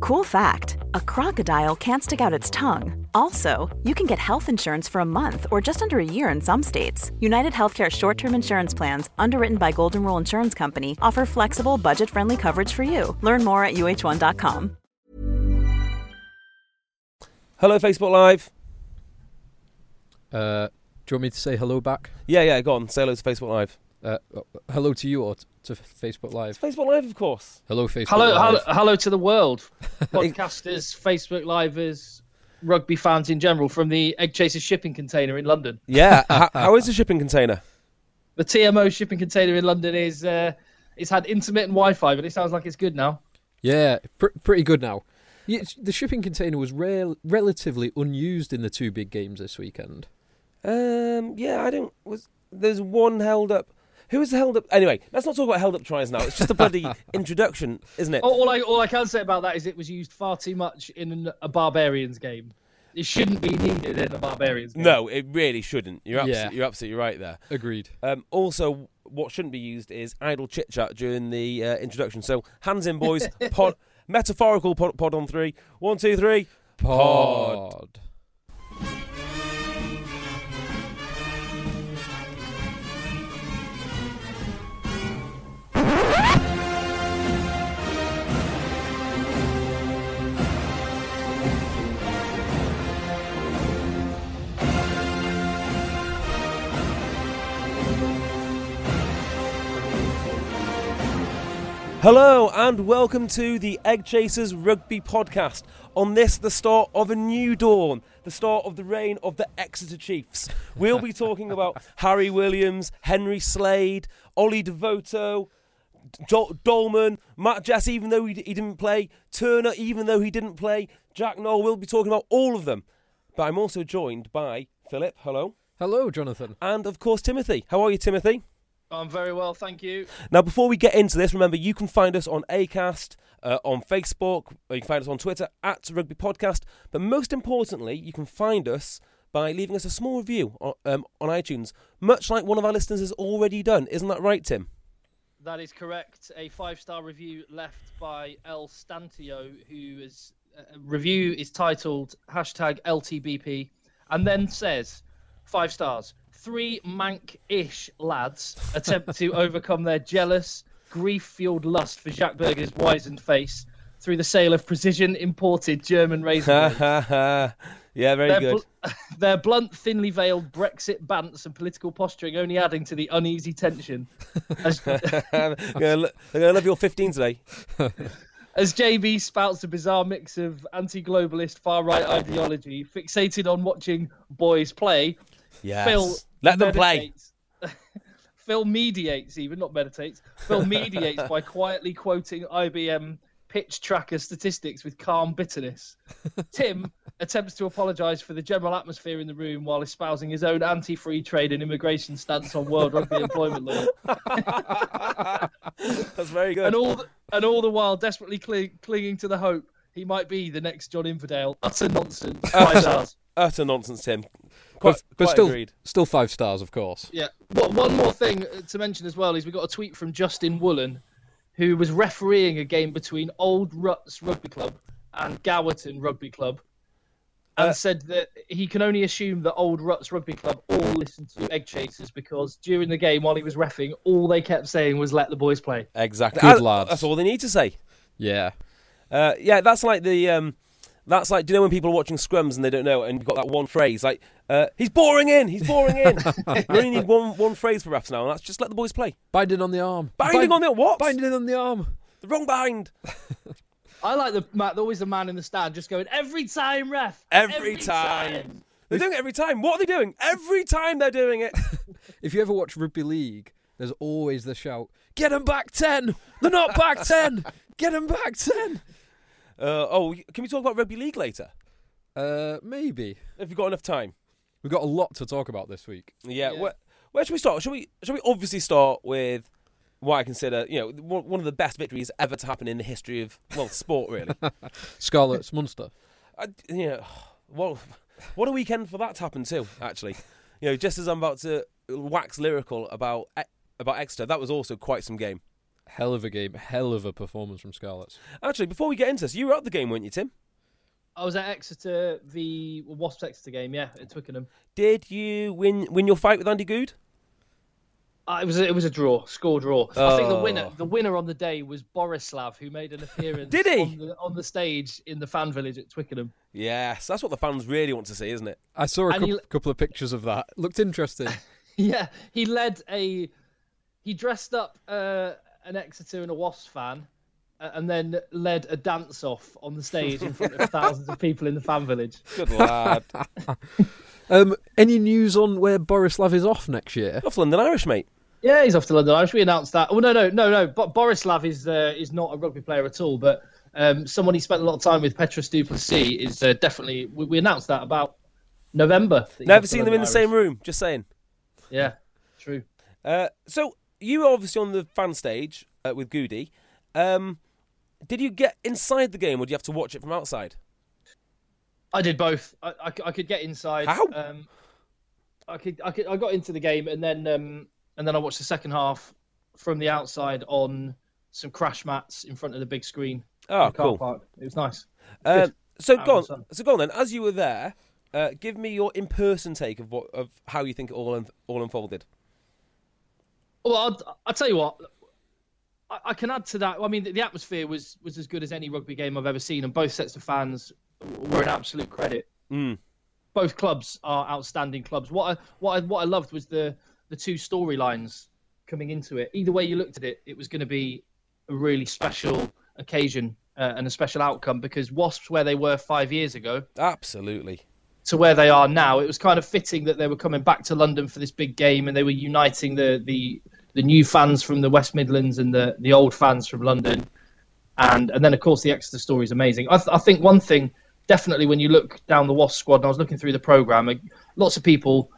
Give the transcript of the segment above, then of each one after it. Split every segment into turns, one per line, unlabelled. Cool fact a crocodile can't stick out its tongue. Also, you can get health insurance for a month or just under a year in some states. United Healthcare short term insurance plans, underwritten by Golden Rule Insurance Company, offer flexible, budget friendly coverage for you. Learn more at uh1.com.
Hello, Facebook Live.
Uh, do you want me to say hello back?
Yeah, yeah, go on. Say hello to Facebook Live.
Uh, hello to you or t- to Facebook
It's
Live?
Facebook Live, of course.
Hello, Facebook
Hello, hello,
Live.
hello to the world, podcasters, Facebook livers, rugby fans in general, from the Egg Chasers shipping container in London.
Yeah. h- how is the shipping container?
The TMO shipping container in London is uh, it's had intermittent Wi-Fi, but it sounds like it's good now.
Yeah, pr- pretty good now. Yeah, it's- the shipping container was rel- relatively unused in the two big games this weekend.
Um, yeah, I don't. Was there's one held up? Who was held up? Anyway, let's not talk about held up tries now. It's just a bloody introduction, isn't it?
All, all I all I can say about that is it was used far too much in a Barbarians game. It shouldn't be needed in a Barbarians game.
No, it really shouldn't. You're absolutely,
Yeah.
you're absolutely right there.
Agreed.
Um, also, what shouldn't be used is idle chit chat during the uh, introduction. So, hands in, boys. pod, metaphorical pod, pod on three. One, two, three. Pod.
Pod.
Hello and welcome to the Egg Chasers Rugby Podcast. On this, the start of a new dawn, the start of the reign of the Exeter Chiefs. We'll be talking about Harry Williams, Henry Slade, Ollie Devoto, Jo- Dolman, Matt Jess, even though he, he didn't play, Turner, even though he didn't play, Jack Noel. We'll be talking about all of them. But I'm also joined by Philip, hello,
Hello, Jonathan.
and of course Timothy. How are you, Timothy?
I'm very well, thank you.
Now, before we get into this, remember you can find us on Acast, uh, on Facebook, or you can find us on Twitter at Rugby Podcast. But most importantly, you can find us by leaving us a small review on, um, on iTunes, much like one of our listeners has already done. Isn't that right, Tim?
That is correct. A five star review left by El Stantio, who is uh, review is titled hashtag LTBP, and then says five stars. Three mank ish lads attempt to overcome their jealous, grief fueled lust for Jack Berger's wizened face through the sale of precision imported German razor
Ha
blades.
ha ha! Yeah, very
Their,
good.
bl- their blunt, thinly veiled Brexit bants and political posturing only adding to the uneasy tension as,
They're gonna lo- they're going to love your 15 today.
As JB spouts a bizarre mix of anti globalist, far right ideology, fixated on watching boys play,
Yes.
Phil.
Let them play.
meditates- Phil mediates, even, not meditates. Phil mediates by quietly quoting IBM pitch tracker statistics with calm bitterness. Tim attempts to apologise for the general atmosphere in the room while espousing his own anti free trade and immigration stance on world rugby employment law.
That's very good.
and all the, and all the while desperately cling, clinging to the hope he might be the next John Inverdale. Utter nonsense. Five stars.
Utter nonsense, Tim. Quite,
But, but
quite
still,
agreed.
still five stars, of course.
Yeah. What, one more thing uh, to mention as well is we got a tweet from Justin Woolen, who was refereeing a game between Old Ruts Rugby Club and Gowerton Rugby Club, and said that he can only assume that Old Ruts Rugby Club all listened to Egg Chasers because during the game while he was refing, all they kept saying was "Let the boys play."
Exactly.
Good
Ah,
lads.
That's all they need to say.
Yeah.
Uh, yeah, that's like the um, that's like do you know when people are watching scrums and they don't know and you've got that one phrase like uh, he's boring in, he's boring in. you only need one one phrase for refs now, and that's just let the boys play.
Binding on the arm.
Binding
Bind-
on the what?
Binding on the arm.
The wrong bind.
I like the Matt, always the man in the stand just going every time, ref.
Every time." They're doing it every time. What are they doing? Every time they're doing it.
If you ever watch rugby league, there's always the shout, "Get 'em back ten! They're not back ten! Get 'em back ten!
Uh, oh, can we talk about rugby league later?
Uh, maybe
If you've got enough time.
we've got a lot to talk about this week.
Yeah.
Yeah.
Where, where should we start? Should we should we obviously start with what I consider you know one one of the best victories ever to happen in the history of well sport really.
Scarlets Munster.
I, you know, well, what a weekend for that to happen too. Actually, you know, just as I'm about to wax lyrical about E- about Exeter, that was also quite some game.
Hell of a game, hell of a performance from Scarlets.
Actually, before we get into this, you were at the game, weren't you, Tim?
I was at Exeter the Wasps Exeter game, yeah, at Twickenham.
Did you win win your fight with Andy Good?
Uh, it was a, it was a draw, score draw. I think the winner
Oh.
the winner on the day was Borislav, who made an appearance.
Did he?
on the, on the stage in the fan village at Twickenham?
Yes, that's what the fans really want to see, isn't it?
I saw a
And he
coup-
l-
couple of pictures of that. Looked interesting.
yeah, he led a he dressed up uh, an Exeter and a Wasps fan, uh, and then led a dance off on the stage in front of thousands of people in the fan village.
Good lad.
um, any news on where Borislav is off next year?
Off London Irish, mate.
Yeah, he's off to London Irish. We announced that. Oh no, no, no, no. But Borislav is uh, is not a rugby player at all. But um, someone he spent a lot of time with, Petrus Duplessis, is uh, definitely. We, we announced that about November. that he's off
Never
to
seen them in
London
the
Irish.
same room, just saying.
Yeah, true.
Uh, so, you were obviously on the fan stage uh, with Goody. Um, did you get inside the game or do you have to watch it from outside?
I did both. I, I c- I could get inside.
How?
Um, I could, I could, I got into the game and then, um, and then I watched the second half from the outside on some crash mats in front of the big screen.
Oh,
in the car
cool.
park. It was nice.
Uh,
Good.
so
Out
go
in
on.
the sun.
So go on then. As you were there, uh, give me your in-person take of what of how you think it all un- all unfolded.
Well, I'll, I'll tell you what. I, I can add to that. I mean, the, the atmosphere was was as good as any rugby game I've ever seen, and both sets of fans were an absolute credit.
Mm.
Both clubs are outstanding clubs. What I, what I, what I loved was the the two storylines coming into it. Either way you looked at it, it was going to be a really special occasion uh, and a special outcome because Wasps, where they were five years ago,
Absolutely.
to where they are now, it was kind of fitting that they were coming back to London for this big game and they were uniting the the, the new fans from the West Midlands and the, the old fans from London. And and then of course the Exeter story is amazing. I, th- I think one thing definitely when you look down the Wasp squad and I was looking through the program, lots of people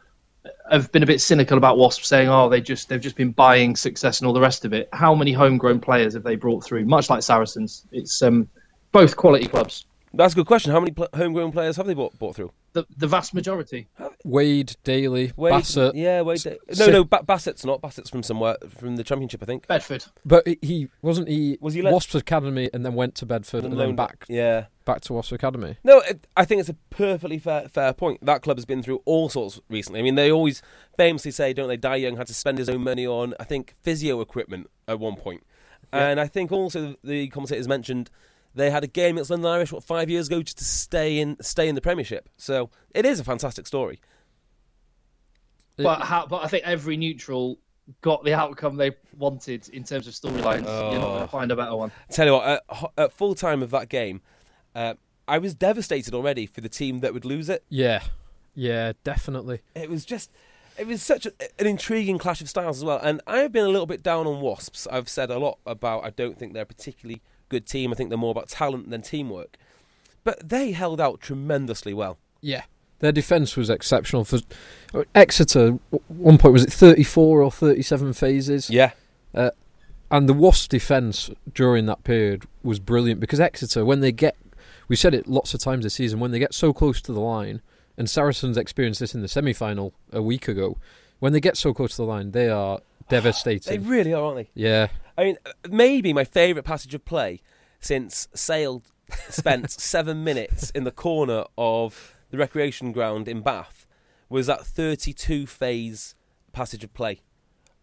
have been a bit cynical about Wasp, saying, "Oh, they just they've just been buying success and all the rest of it." How many homegrown players have they brought through? Much like Saracens, it's um, both quality clubs.
That's a good question. How many pl- homegrown players have they bought, bought through?
The, the vast majority.
Wade, Daly,
Wade,
Bassett.
Yeah, Wade. Da- no,
Sim-
no, ba- Bassett's not. Bassett's from somewhere from the Championship, I think.
Bedford.
But he- he wasn't he,
Was he let-
Wasps Academy and then went to Bedford and, then
loaned-
back
Yeah.
back to Wasps Academy.
No, it, I think it's a perfectly fair fair point. That club has been through all sorts recently. I mean, they always famously say, don't they? Die Young had to spend his own money on, I think, physio equipment at one point. And I think also the commentators mentioned they had a game against London Irish what five years ago just to stay in stay in the Premiership. So it is a fantastic story.
But how, but I think every neutral got the outcome they wanted in terms of storylines. You're not going to find a better one.
Tell you what, at, ho- at full time of that game, uh, I was devastated already for the team that would lose it.
Yeah, yeah, definitely.
It was just, it was such a, an intriguing clash of styles as well. And I have been a little bit down on Wasps. I've said a lot about I don't think they're a particularly good team. I think they're more about talent than teamwork. But they held out tremendously well.
Yeah, their defence was exceptional. For uh, Exeter, w- one point was it thirty-four or thirty-seven phases,
Yeah.
and the Wasps' defence during that period was brilliant because Exeter, when they get, we said it lots of times this season, when they get so close to the line, and Saracens experienced this in the semi-final a week ago, when they get so close to the line, they are
They
devastating.
really are, aren't they?
yeah,
I mean, maybe my favourite passage of play since Sale spent seven minutes in the corner of the recreation ground in Bath was that 32 phase passage of play.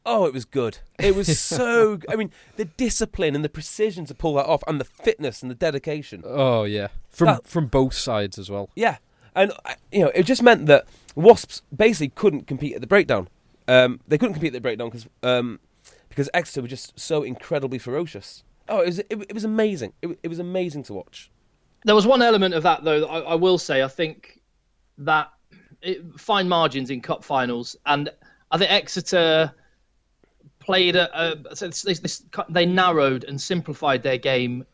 Oh, it was good. It was so. I mean, the discipline and the precision to pull that off, and the fitness and the dedication.
oh yeah, from
That-
from both sides as well.
Yeah, and I- you know, it just meant that Wasps basically couldn't compete at the breakdown. Um, they couldn't compete at the breakdown because um, because Exeter were just so incredibly ferocious. Oh, it was it, it was amazing. It, wa- it was amazing to watch.
There was one element of that though. That I, I will say, I think that it, fine margins in cup finals, and I think Exeter played a, a so this- this- they narrowed and simplified their game.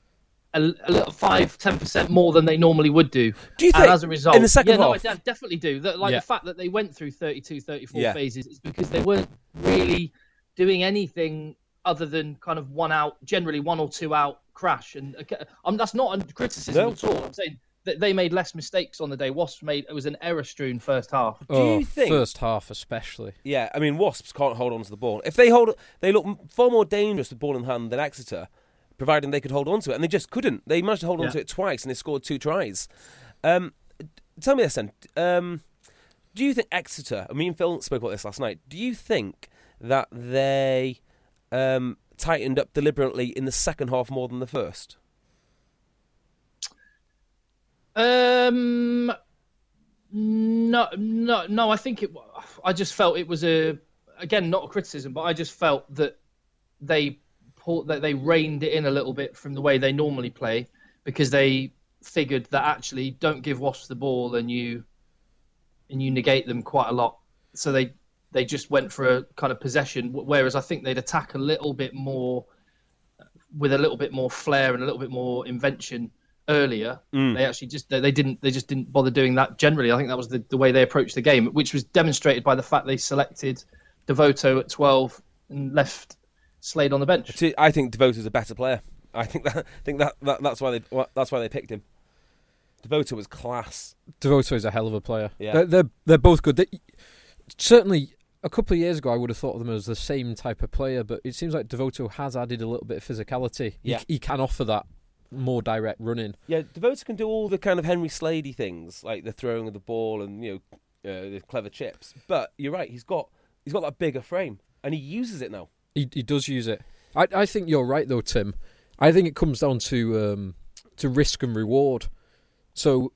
A, a little five, ten percent more than they normally would do.
Do you
And
think
as a result,
in the second
yeah,
half?
no, I de- definitely do. That, like
Yeah.
the fact that they went through 32, 34
Yeah.
phases is because they weren't really doing anything other than kind of one out, generally one or two out crash. And okay, um, that's not a criticism
No.
at all. I'm saying th- th- they made less mistakes on the day. Wasps made it was an error strewn first half.
Do you
Oh,
think-
first half especially?
Yeah, I mean, Wasps can't hold on to the ball. If they hold, they look m- far more dangerous with ball in hand than Exeter, providing they could hold on to it, and they just couldn't. They managed to hold on
Yeah.
to it twice, and they scored two tries. Um, tell me this then: um, Do you think Exeter? I mean, Phil spoke about this last night. Do you think that they um, tightened up deliberately in the second half more than the first?
Um, no, no, no. I think it. wa- I just felt it was a again not a criticism, but I just felt that they pulled that they reined it in a little bit from the way they normally play because they figured that actually don't give Wasps the ball and you and you negate them quite a lot. So they they just went for a kind of possession, wh- whereas I think they'd attack a little bit more with a little bit more flair and a little bit more invention earlier. They actually just they, they didn't they just didn't bother doing that generally. I think that was the, the way they approached the game, which was demonstrated by the fact they selected Devoto at twelve and left Slade on the bench.
To- I think Devoto's a better player. I think that I think that, that that's why they wha- that's why they picked him. Devoto was class.
Devoto is a hell of a player.
Yeah.
They're, they're they're both good. They, certainly, a couple of years ago, I would have thought of them as the same type of player, but it seems like Devoto has added a little bit of physicality.
Yeah.
He, he can offer that more direct running.
Yeah, Devoto can do all the kind of Henry Sladey things, like the throwing of the ball and you know uh, the clever chips. But you're right, he's got he's got that bigger frame, and he uses it now.
He he does use it. I I think you're right though, Tim. I think it comes down to um, to risk and reward. So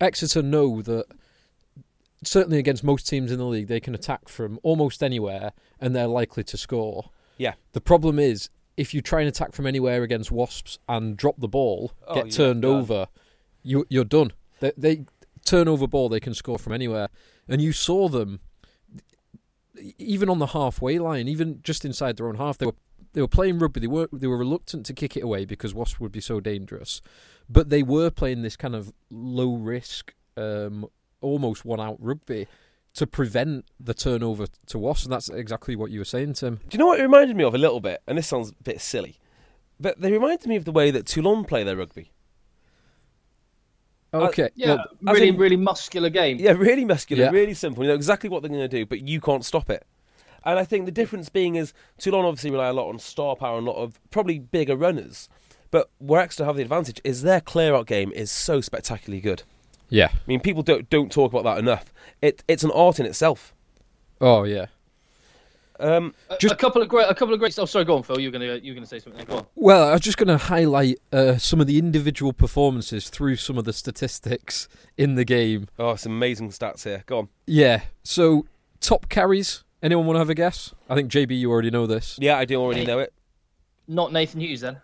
Exeter know that certainly against most teams in the league, they can attack from almost anywhere and they're likely to score.
Yeah.
The problem is if you try and attack from anywhere against Wasps and drop the ball,
Oh,
get
you're
turned
done.
over, you you're done. They, they turnover ball they can score from anywhere, and you saw them e, even on the halfway line, even just inside their own half, they were they were playing rugby. They were they were reluctant to kick it away because Wasps would be so dangerous, but they were playing this kind of low risk, um, almost one out rugby to prevent the turnover to Wasps, and that's exactly what you were saying, Tim.
Do you know what it reminded me of a little bit? And this sounds a bit silly, but they reminded me of the way that Toulon play their rugby.
Okay,
Yeah,
well,
as
really
in-
really muscular game.
Yeah, really muscular,
Yeah.
really simple. You know exactly what they're going to do, but you can't stop it. And I think the difference being is Toulon obviously rely a lot on star power and a lot of probably bigger runners, but where Exeter have the advantage is their clear out game is so spectacularly good.
yeah.
I mean, people don't don't talk about that enough. It it's an art in itself.
Oh yeah.
Um,
A-
Just-
a couple of great a couple of great. Oh, sorry, go on, Phil. You're gonna you're gonna say something. Go on.
Well, I was just going to highlight uh, some of the individual performances through some of the statistics in the game.
oh, it's amazing stats here. Go on.
Yeah. So top carries. Anyone want to have a guess? I think JB, you already know this.
Yeah, I do already know it.
Not Nathan Hughes then.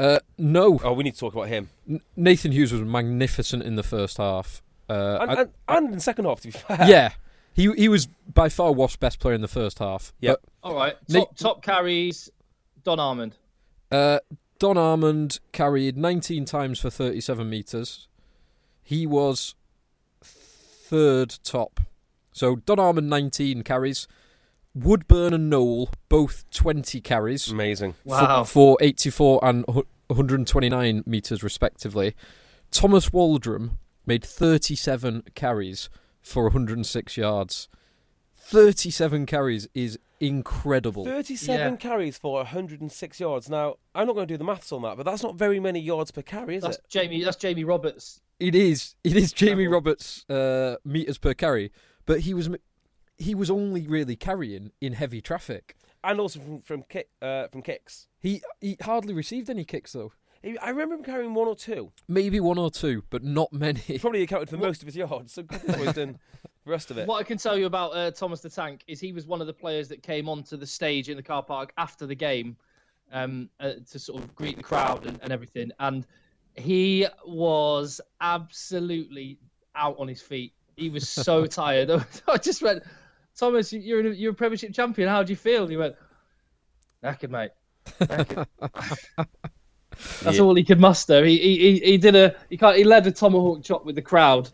Uh, no,
Oh, we need to talk about him.
N- Nathan Hughes was magnificent in the first half. Uh,
And,
I-
and, and in the second half, to be fair.
yeah, he he was by far Wasp's best player in the first half.
Yeah.
All right. Top,
Nate-
top carries. Don Armand.
But, uh, Don Armand carried 19 times for 37 meters. He was third top. So Don Armand 19 carries. Woodburn and Noel both 20 carries.
Amazing.
for-
Wow.
for, 84 and hu- 129 meters respectively. Thomas Waldrum made 37 carries for 106 yards. 37 carries is incredible.
37
Yeah.
carries for 106 yards. Now, I'm not going to do the maths on that, but that's not very many yards per carry, is
That's
it?
Jamie. That's Jamie Roberts.
It is it is Jamie
Incredible.
Roberts uh, meters per carry, but he was m- he was only really carrying in heavy traffic.
And also from from, kick, uh, from kicks.
He he hardly received any kicks though.
He- I remember him carrying one or two.
Maybe one or two, but not
He
many.
probably accounted for most of his yards, so God knows what he's done the rest of it.
What I can tell you about uh, Thomas the Tank is he was one of the players that came onto the stage in the car park after the game um, uh, to sort of greet the crowd and, and everything. And he was absolutely out on his feet. He was so tired. I just went, Thomas, you- you're in a, you're a Premiership champion. How do you feel? And he went, knackered, mate. Knackered." That's all he could muster. He, he he- he did a he can't, he led a tomahawk chop with the crowd,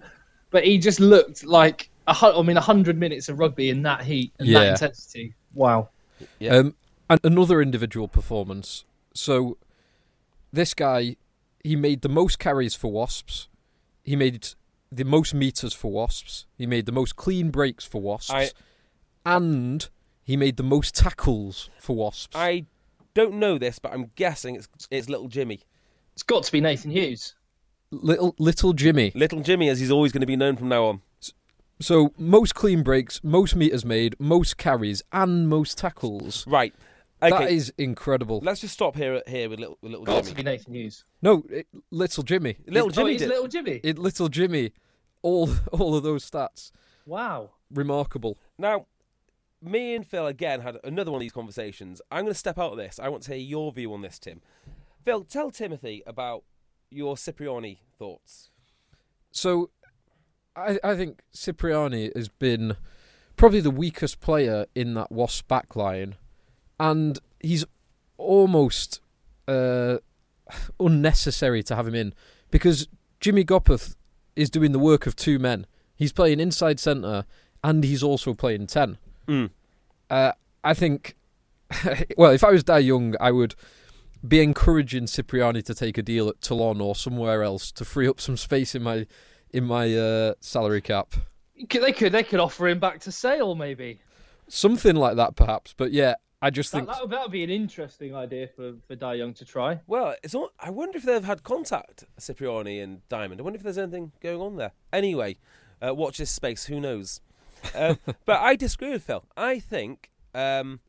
but he just looked like a hun- I mean hundred minutes of rugby in that heat and that
Yeah.
intensity. Wow.
Yeah.
Um, and another individual performance. So this guy, he made the most carries for Wasps. he made the most meters for Wasps. He made the most clean breaks for Wasps,
I-
and he made the most tackles for Wasps.
I don't know this, but I'm guessing it's it's little Jimmy.
It's got to be Nathan Hughes.
little little Jimmy.
Little Jimmy, as he's always going to be known from now on.
So most clean breaks, most meters made, most carries, and most tackles.
Right. Okay.
That is incredible.
Let's just stop here here with little with little
Got to
Jimmy.
be Nathan Hughes.
No, it, little Jimmy.
Little
Oh,
Jimmy
he's
did.
little Jimmy.
It, little Jimmy. All all of those stats
Wow.
remarkable.
Now, me and Phil again had another one of these conversations. I'm going to step out of this. I want to hear your view on this, Tim. Phil, tell Timothy about your Cipriani thoughts.
So, I I think Cipriani has been probably the weakest player in that Wasp back line, and he's almost uh, unnecessary to have him in because Jimmy Gopeth is doing the work of two men. He's playing inside centre and he's also playing ten.
Mm.
Uh, I think, well, if I was Dai Young, I would be encouraging Cipriani to take a deal at Toulon or somewhere else to free up some space in my in my uh, salary cap.
Could- They could they could offer him back to Sale maybe.
Something like that, perhaps. But yeah, I just
That
think
that would that'd be an interesting idea for for Dai Young to try.
Well, it's all, I wonder if they've had contact Cipriani and Diamond. I wonder if there's anything going on there. Anyway, uh, watch this space. Who knows? Um, but I disagree with Phil. I think um,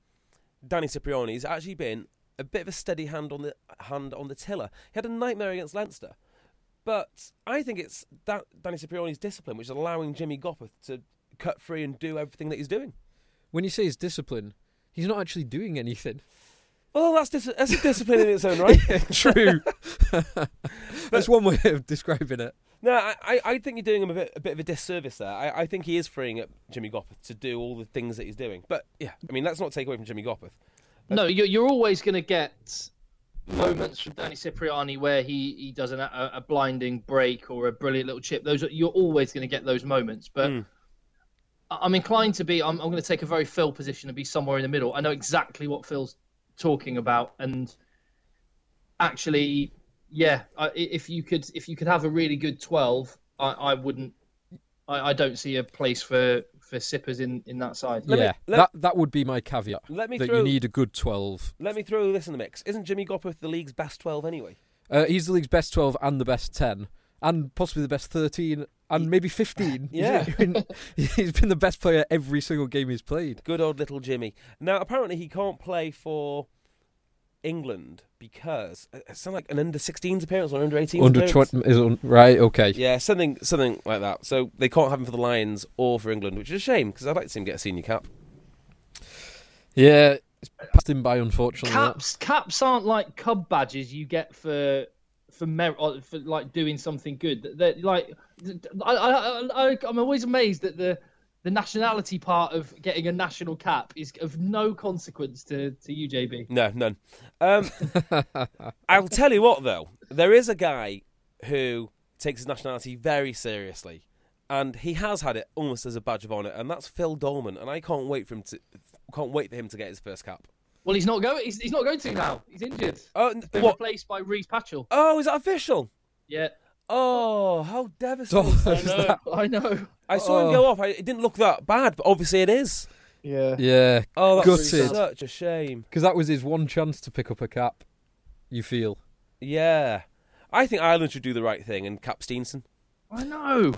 Danny Cipriani's actually been a bit of a steady hand on the hand on the tiller. He had a nightmare against Leinster, but I think it's that Danny Cipriani's discipline which is allowing Jimmy Gopeth to cut free and do everything that he's doing.
when you say his discipline, he's not actually doing anything.
Well, that's dis- that's a discipline in its own right.
True. That's one way of describing it.
No, I, I- I think you're doing him a bit, a bit of a disservice there. I, I think he is freeing up Jimmy Gopeth to do all the things that he's doing. But yeah, I mean, let's not take away from Jimmy Gopeth.
No, you're you're always going to get moments from Danny Cipriani where he he does an, a, a blinding break or a brilliant little chip. Those are, you're always going to get those moments, but. I- I'm inclined to be. I'm, I'm going to take a very Phil position and be somewhere in the middle. I know exactly what Phil's talking about, and actually, yeah. I, i- if you could, if you could have a really good twelve, I, I wouldn't. I, I don't see a place for for sippers in in that side.
me-
yeah,
let-
that that would be my caveat.
Let me
that
throw-
you need a good twelve.
Let me throw this in the mix. Isn't Jimmy Gopeth the league's best 12 anyway?
Uh, he's the league's best twelve and the best ten, and possibly the best thirteen and maybe fifteen. He's
Yeah.
been- he's been the best player every single game he's played.
Good old little Jimmy. Now, apparently, he can't play for England because it sounds like an under 16s appearance or under 18s
Under
appearance.
twenty is un- right. Okay.
Yeah, something something like that. So they can't have him for the Lions or for England, which is a shame because I'd like to see him get a senior cap.
Yeah, it's passed him by, unfortunately. that.
caps caps aren't like cub badges you get for for mer- or for like doing something good they're like I, I, I i'm always amazed that the the nationality part of getting a national cap is of no consequence to to ujb
No, none. Um, I'll tell you what, though, there is a guy who takes his nationality very seriously, and he has had it almost as a badge of honour, and that's Phil Dolman. And I can't wait for him to can't wait for him to get his first cap.
well he's not going he's, he's not going to now he's injured
Oh, n-
Been
what?
replaced by reese patchell
Oh, is that official?
yeah
Oh, how devastating!
i know Oh. i know
I saw him go off. I, it didn't look that bad, but obviously it is.
yeah
Yeah,
Oh, that's
Gutted.
such a shame.
because that was his one chance to pick up a cap. You feel
Yeah, I think Ireland should do the right thing and cap Steenson.
i know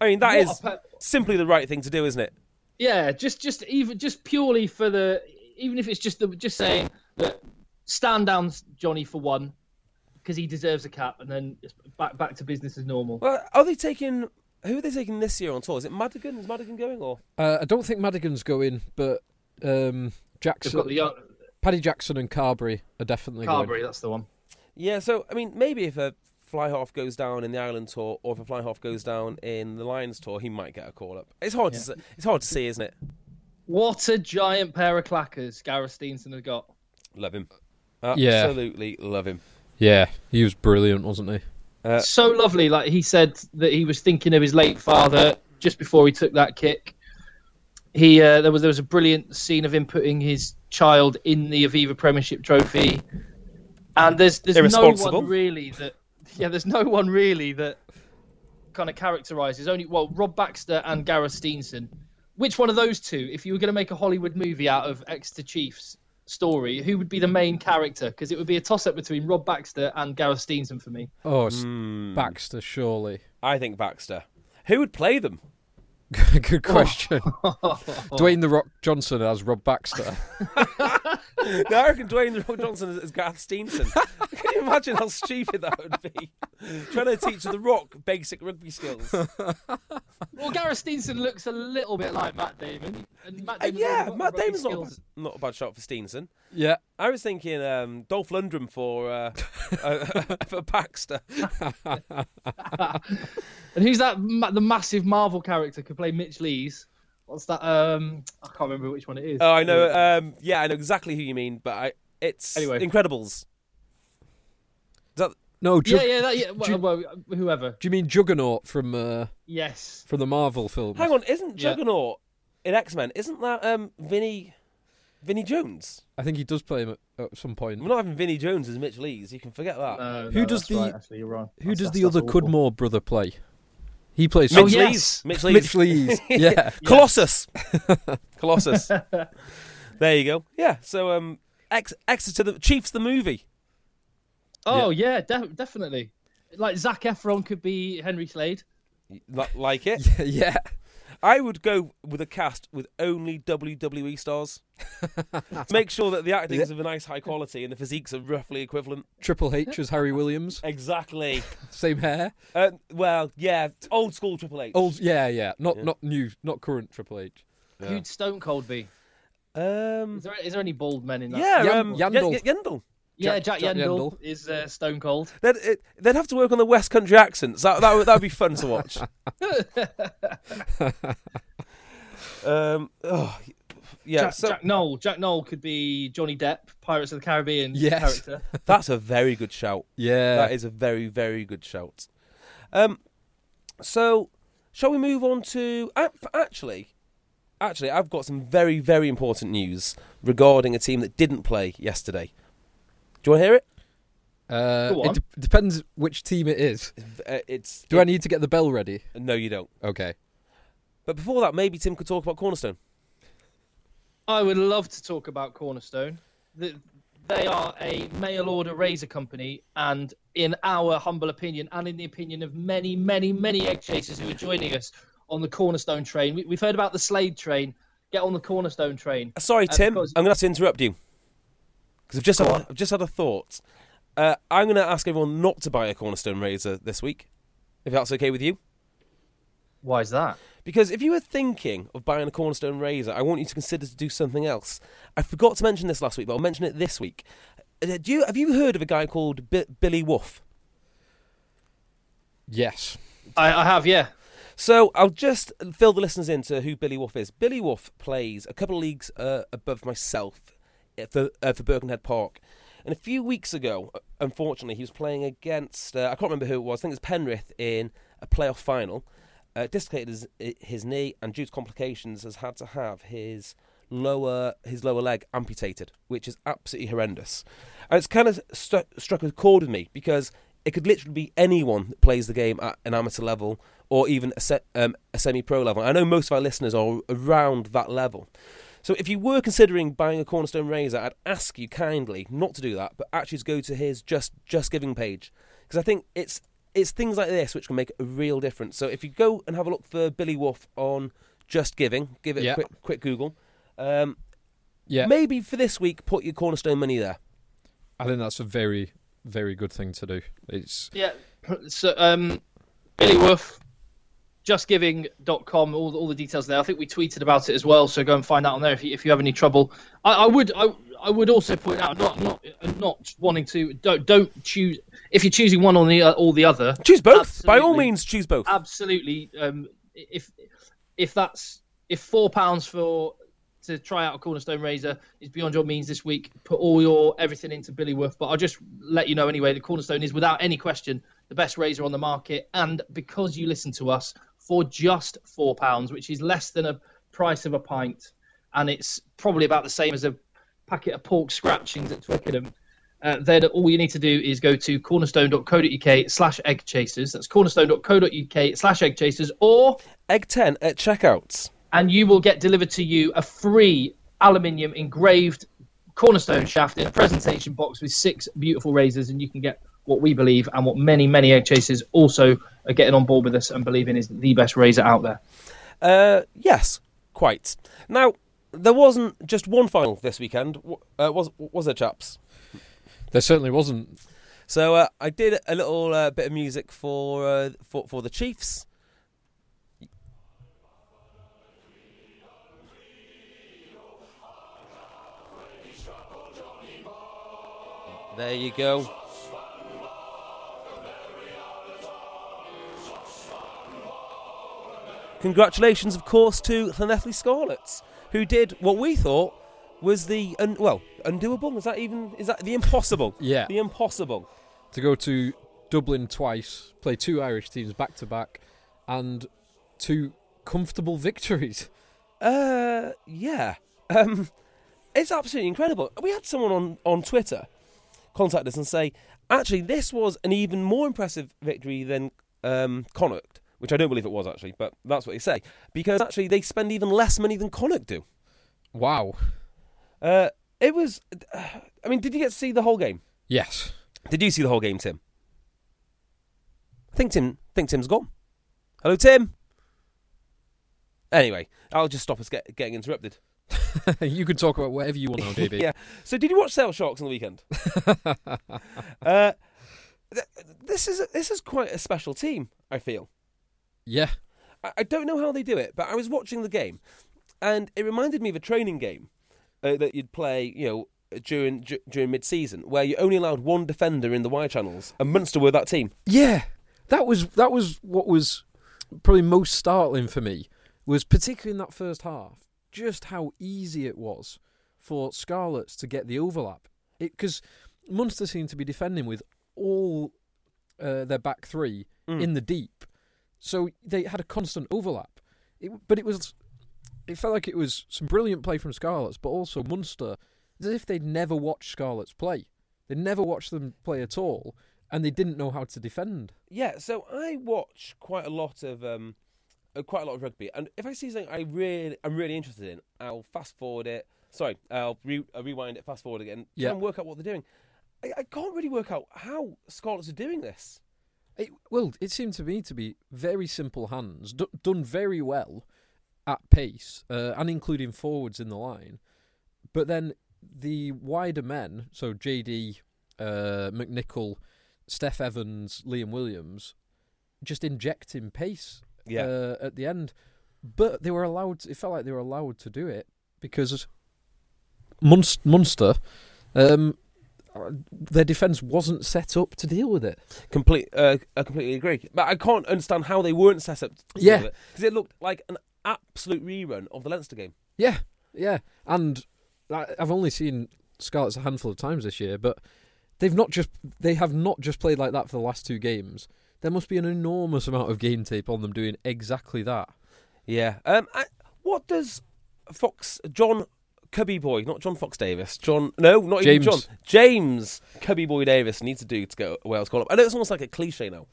I mean, that is
What a pe-
simply the right thing to do, isn't it?
Yeah, just just even just purely for the even if it's just the just saying that stand down Johnny for one because he deserves a cap, and then it's back back to business as normal.
Well, are they taking? Who are they taking this year on tour? Is it Madigan? Is Madigan going or?
uh, I don't think Madigan's going, but um,
They've
Jackson,
got the young
Paddy Jackson, and Carberry are definitely going.
Carberry, that's the one.
Yeah, so I mean, maybe if a fly half goes down in the Ireland tour, or if a fly half goes down in the Lions tour, he might get a call up. It's hard to s- it's hard to see, isn't it?
What a giant pair of clackers Gareth Steenson has got.
Love him,
Yeah.
absolutely love him.
Yeah, he was brilliant, wasn't he?
so lovely. Like he said that he was thinking of his late father just before he took that kick. He uh, there was there was a brilliant scene of him putting his child in the Aviva Premiership Trophy, and there's there's no
Irresponsible.
one really that yeah there's no one really that kind of characterise is only well Rob Baxter and Gareth Steenson. Which one of those two, if you were going to make a Hollywood movie out of Exeter Chiefs story, who would be the main character? Because it would be a toss-up between Rob Baxter and Gareth Steenson for me.
Oh, it's
Hmm.
Baxter, surely.
I think Baxter. Who would play them?
Good question. Dwayne the Rock Johnson as Rob Baxter.
Now I reckon Dwayne The Rock Johnson is, is Garth Steenson. Can you imagine how stupid that would be? Trying to teach The Rock basic rugby skills.
Well, Gareth Steenson looks a little bit like Matt Damon. And Matt
Uh,
Damon's
yeah,
got
Matt
rugby
Damon's not a, bad,
skills.
not a bad shot for Steenson.
yeah,
I was thinking um, Dolph Lundgren for uh, uh, for Baxter.
And who's that? Ma- the massive Marvel character could play Mitch Lees. What's that? Um, I can't remember which one it is.
Oh, I know. Um, yeah, I know exactly who you mean, but I, it's
Anyway.
Incredibles. Is that,
no. Jug-
yeah, yeah, that, yeah. Well,
Ju-
well, whoever.
Do you mean Juggernaut from uh,
Yes.
from the Marvel films?
hang on, isn't
Yeah.
Juggernaut in X Men? Isn't that um, Vinny Vinny Jones?
I think he does play him at, at some
We're
point.
not having Vinny Jones as Mitch Lees. You can forget that.
No,
Who
Uh, no,
does
that's
the-
right, actually, you're wrong.
Who
That's-
does
that's-
the other
that's awful.
Cudmore brother play? He plays
Oh,
Mitch
yes.
Lees. Mitch Lees.
Mitch Lees. yeah.
Colossus. Colossus. there you go. Yeah. So um, Ex- Exeter the Chiefs the movie.
Oh yeah, de- definitely. Like Zach Efron could be Henry Slade.
Li- Like it.
yeah.
I would go with a cast with only WWE stars. Make sure that the acting is of a nice high quality and the physiques are roughly equivalent.
Triple H as Harry Williams.
Exactly.
Same hair.
Uh, well, yeah, old school Triple H.
Old. Yeah, yeah. Not not new. Not current Triple H.
Who'd Stone Cold be?
Um,
Is there, is there any bald men in that?
yeah,
Yan-
um,
Yandel.
Yan- Yandel.
yeah.
Jack-
Jack,
Jack
Yandel,
Yandel.
is uh, Stone Cold.
They'd, it, they'd have to work on the West Country accents. That that would, that would be fun to watch. um, oh, yeah.
Jack,
so
Jack Knoll. Jack Knoll could be Johnny Depp, Pirates of the Caribbean
Yes.
character.
that's a very good shout.
Yeah.
That is a very, very good shout. Um, so, shall we move on to a- f- actually, actually, I've got some very, very important news regarding a team that didn't play yesterday. Do you want to hear it?
uh,
Go
it
on.
de- depends which team it is.
Uh, it's
Do I need to get the bell ready?
no, you don't.
Okay.
But before that, maybe Tim could talk about Cornerstone.
I would love to talk about Cornerstone. The, they are a mail order razor company, and in our humble opinion, and in the opinion of many, many, many egg chasers who are joining us on the Cornerstone train, we, we've heard about the Slade train. Get on the Cornerstone train.
Sorry,
Uh,
Tim,
because-
I'm going to have to interrupt you because I've just had, a- I've just had a thought. Uh, I'm going to ask everyone not to buy a Cornerstone razor this week, if that's okay with you.
Why is that?
Because if you were thinking of buying a Cornerstone razor, I want you to consider to do something else. I forgot to mention this last week, but I'll mention it this week. Uh, Do you, have you heard of a guy called Bi- Billy Wolf?
Yes.
I, I have, yeah.
So I'll just fill the listeners into who Billy Wolf is. Billy Wolf plays a couple of leagues uh, above myself uh, for uh, for Birkenhead Park. And a few weeks ago, uh, unfortunately, he was playing against uh, I can't remember who it was. I think it was Penrith in a playoff final. Uh, dislocated his, his knee and due to complications has had to have his lower his lower leg amputated, which is absolutely horrendous. And it's kind of stu- struck a chord with me because it could literally be anyone that plays the game at an amateur level or even a, se- um, a semi-pro level. I know most of our listeners are around that level. So if you were considering buying a Cornerstone razor, I'd ask you kindly not to do that, but actually to go to his just just giving page because I think it's it's things like this which can make a real difference. So if you go and have a look for Billy Wolf on Just Giving, give it
Yeah.
a quick quick Google. Um,
Yeah.
Maybe for this week, put your Cornerstone money there.
I think that's a very very good thing to do. It's
Yeah. So, um, Billy Wolf, justgiving.com, all, the- all the details there. I think we tweeted about it as well, so go and find out on there if you, if you have any trouble. I, I would I, I would also point out not not not wanting to don't don't choose if you're choosing one or the or the other.
Choose both. By all
Absolutely.
means, choose both.
Absolutely. Um, if if that's if four pounds for to try out a cornerstone razor is beyond your means this week, put all your everything into Billy Wolf. But I'll just let you know anyway. The cornerstone is without any question the best razor on the market, and because you listen to us for just four pounds, which is less than a price of a pint, and it's probably about the same as a packet of pork scratchings at Twickenham. uh, then all you need to do is go to cornerstone.co.uk slash egg chasers. That's cornerstone.co.uk slash egg chasers, or
Egg 10 at checkouts.
and you will get delivered to you a free aluminium engraved cornerstone shaft in a presentation box with six beautiful razors, and you can get what we believe and what many, many egg chasers also are getting on board with us and believing is the best razor out there.
Uh, yes, quite. Now, there wasn't just one final this weekend, w- uh, was, was there, chaps?
There certainly wasn't.
So uh, I did a little uh, bit of music for, uh, for for the Chiefs. There you go. Congratulations, of course, to Llanelli Scarlets, who did what we thought was the un- well undoable. Is that even is that the impossible?
Yeah.
the impossible.
To go to Dublin twice, play two Irish teams back to back, and two comfortable victories.
Uh, yeah. Um, it's absolutely incredible. We had someone on, on Twitter contact us and say, actually, this was an even more impressive victory than um, Connacht, which I don't believe it was actually, but that's what they say. Because actually, they spend even less money than Connacht do.
Wow.
Uh, it was. I mean, did you get to see the whole game?
Yes.
Did you see the whole game, Tim? I think Tim. I think Tim's gone. Hello, Tim. Anyway, I'll just stop us get, getting interrupted.
you can talk about whatever you want now, JB.
Yeah. So did you watch Sale Sharks on the weekend? uh, th- this is this is quite a special team. I feel.
Yeah.
I, I don't know how they do it, but I was watching the game, and it reminded me of a training game uh, that you'd play. You know. During d- during mid season, where you only allowed one defender in the wide channels, and Munster were that team.
Yeah, that was that was what was probably most startling for me was particularly in that first half, just how easy it was for Scarlets to get the overlap. It because Munster seemed to be defending with all uh, their back three in the deep, so they had a constant overlap. It, but it was it felt like it was some brilliant play from Scarlets, but also Munster as if they'd never watched Scarlets play. They never watched them play at all, and they didn't know how to defend.
Yeah, so I watch quite a lot of um, uh, quite a lot of rugby, and if I see something I really I'm really interested in, I'll fast forward it. Sorry, I'll re- uh, rewind it, fast forward again, try
Yeah.
and work out what they're doing. I, I can't really work out how Scarlets are doing this.
It, well, it seemed to me to be very simple hands, d- done very well at pace, uh, and including forwards in the line. But then the wider men, so JD, uh, McNichol, Steph Evans, Liam Williams, just injecting pace
Yeah.
uh, at the end. But they were allowed. It felt like they were allowed to do it because Munst- Munster, um, their defense wasn't set up to deal with it.
Complete, uh, I completely agree, but I can't understand how they weren't set up.
Yeah.
because it looked like an absolute rerun of the Leinster game.
Yeah, yeah, and I- I've only seen Scarlets a handful of times this year, but they've not just they have not just played like that for the last two games. There must be an enormous amount of game tape on them doing exactly that.
Yeah. Um. I, what does Fox John Cubby Boy, not John Fox Davis, John? No, not
James.
even John. James Cubby Boy Davis needs to do to get Wales call up. I know it's almost like a cliche now.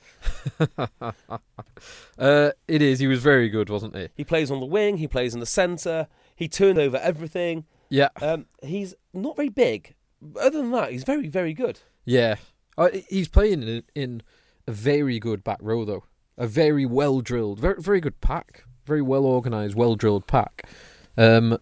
Uh, it is. He was very good, wasn't he?
He plays on the wing. He plays in the centre. He turns over everything.
Yeah,
Um. He's not very big. but Other than that, he's very, very good.
yeah. Uh, he's playing in, in a very good back row though. A very well drilled, very very good pack, very well organised, well drilled pack. Um,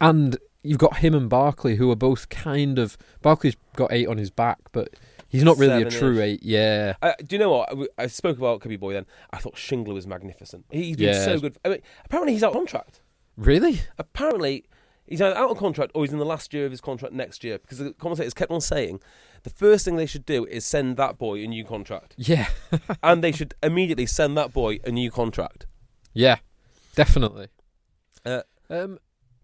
and you've got him and Barkley, who are both kind of. Barkley's got eight on his back, but he's not really a
Seven-ish.
true eight. Yeah,
Uh, do you know what? I w- I, spoke about Cubby Boy then. I thought Shingler was magnificent. He- He's been
Yeah.
so good. I mean, apparently, he's out of contract.
really?
apparently he's either out of contract or he's in the last year of his contract next year because the commentators kept on saying the first thing they should do is send that boy a new contract
Yeah,
and they should immediately send that boy a new contract
yeah, definitely.
Uh,
um,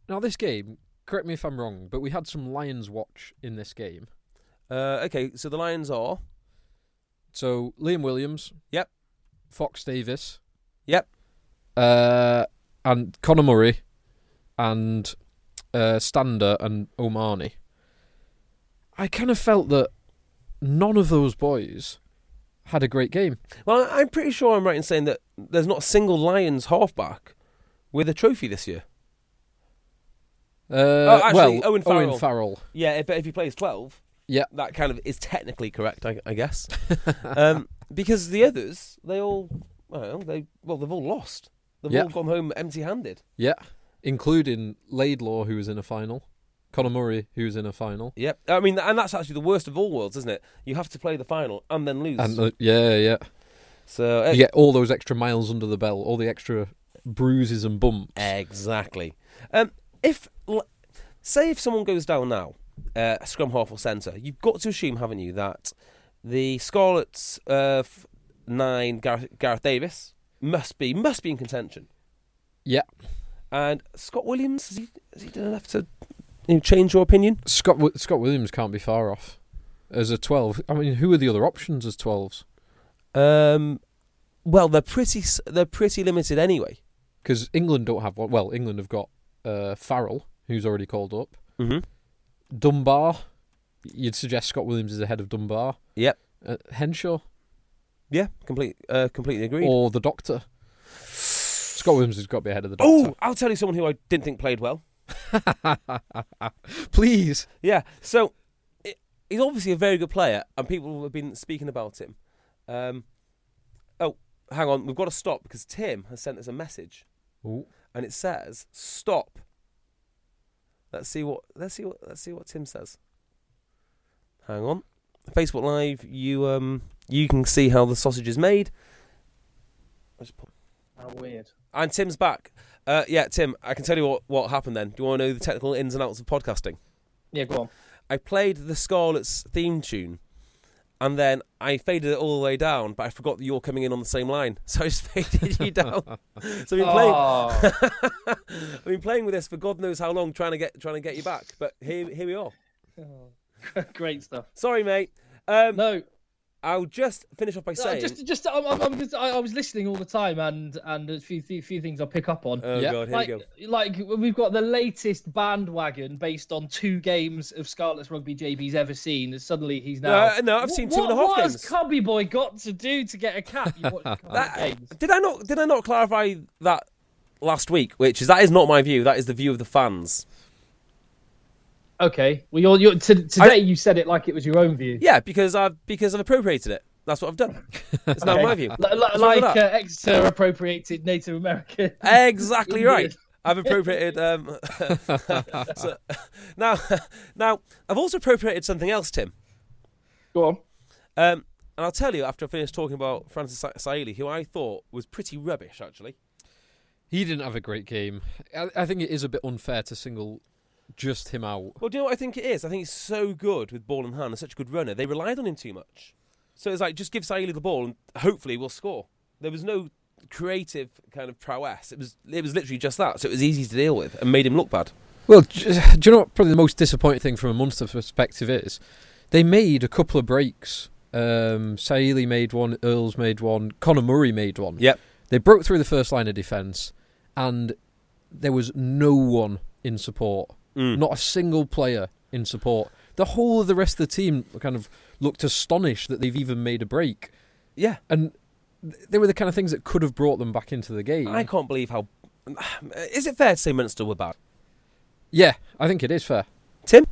now this game. Correct me if I'm wrong, but we had some Lions watch in this game.
uh, okay so the lions are
So Liam Williams.
Yep.
Fox Davis.
Yep.
Uh, and Conor Murray, and uh, Stander and Omani. I I kind of felt that none of those boys had a great game.
Well, I'm pretty sure I'm right in saying that there's not a single Lions halfback with a trophy this year.
Uh,
Oh, actually,
well,
Owen Farrell.
Owen Farrell.
Yeah, if- but if he plays 12,
Yeah.
that kind of is technically correct, I, I guess.
Uh,
um, because the others, they all, I don't know, they well, they've all lost. They've
Yeah.
all gone home empty-handed.
Yeah, including Laidlaw, who was in a final, Conor Murray, who was in a final,
Yep. I mean, and that's actually the worst of all worlds, isn't it? You have to play the final and then lose.
and uh, yeah, yeah,
so
you get all those extra miles under the belt, all the extra bruises and bumps.
Exactly. Um, if l- say if someone goes down now, uh, a scrum half or centre, you've got to assume, haven't you, that the Scarlets uh, f- nine Gareth, Gareth Davis must be must be in contention,
Yeah,
and Scott Williams has he, has he done enough to you know, change your opinion?
Scott Wi- Scott Williams can't be far off as a twelve. I mean, who are the other options as twelves?
Um, well, they're pretty s- they're pretty limited anyway.
Because England don't have one. Well, England have got uh, Farrell, who's already called up.
Mm-hmm.
Dunbar. You'd suggest Scott Williams is ahead of Dunbar.
Yep.
Uh, Henshaw
Yeah, complete, uh, completely agreed.
or the Doctor. Scott Williams has got to be ahead of the Doctor.
oh, I'll tell you someone who I didn't think played well.
please.
Yeah. So it, he's obviously a very good player, and people have been speaking about him. Um, oh, hang on, we've got to stop because Tim has sent us a message, and it says stop. Let's see what let's see what let's see what Tim says. Hang on, Facebook Live, you um you can see how the sausage is made. Let's put-
How weird.
And Tim's back. Uh, yeah, Tim, I can tell you what, what happened then. Do you want to know the technical ins and outs of podcasting?
Yeah, go on.
I played the Scarlet's theme tune, and then I faded it all the way down, but I forgot that you're coming in on the same line, so I just faded you down. So I've been playing,
Oh,
I've been playing with this for God knows how long, trying to get trying to get you back. But here here we are.
great stuff.
Sorry, mate. Um,
No,
I'll just finish off by
Uh,
saying.
just, just, I'm, I'm, I'm just I, I was listening all the time, and and a few, few, few things I pick up on.
oh
Yeah.
God, here
like, uh,
we go.
like we've got the latest bandwagon based on two games of Scarlet's Rugby JB's ever seen. and Suddenly he's now.
Uh, no, I've
Wh-
seen
what,
two and a half
what
games.
has Cubby Boy got to do to get a cap? You watch Cubby
That-
games.
did I not did I not clarify that last week? Which is that is not my view. That is the view of the fans.
Okay. Well, you're, you're, to, today you said it like it was your own view.
Yeah, because I've because I've appropriated it. That's what I've done. It's now
Okay.
my view.
Li- li-
What's wrong
like
with
uh,
that?
Exeter appropriated Native American.
Exactly
Indian.
right. I've appropriated. Um, so- now, now I've also appropriated something else, Tim.
Go on.
Um, and I'll tell you after I finish talking about Francis Sa- Saili, who I thought was pretty rubbish, actually.
He didn't have a great game. I, I think it is a bit unfair to single just him out.
Well, do you know what I think it is? I think he's so good with ball in hand and such a good runner. They relied on him too much. So it's like just give Saili the ball and hopefully we'll score. There was no creative kind of prowess. It was it was literally just that. So it was easy to deal with and made him look bad.
Well, j- do you know what? Probably the most disappointing thing from a Munster perspective is they made a couple of breaks. Um, Saili made one, Earls made one, Conor Murray made one.
Yep.
They broke through the first line of defence, and there was no one in support.
Mm.
Hmm.
Not a single player in support. The whole of the rest of the team kind of looked astonished that they've even made a break.
Yeah.
and th- they were the kind of things that could have brought them back into the game.
I can't believe how. Is it fair to say Munster were bad?
yeah, I think it is fair.
Tim?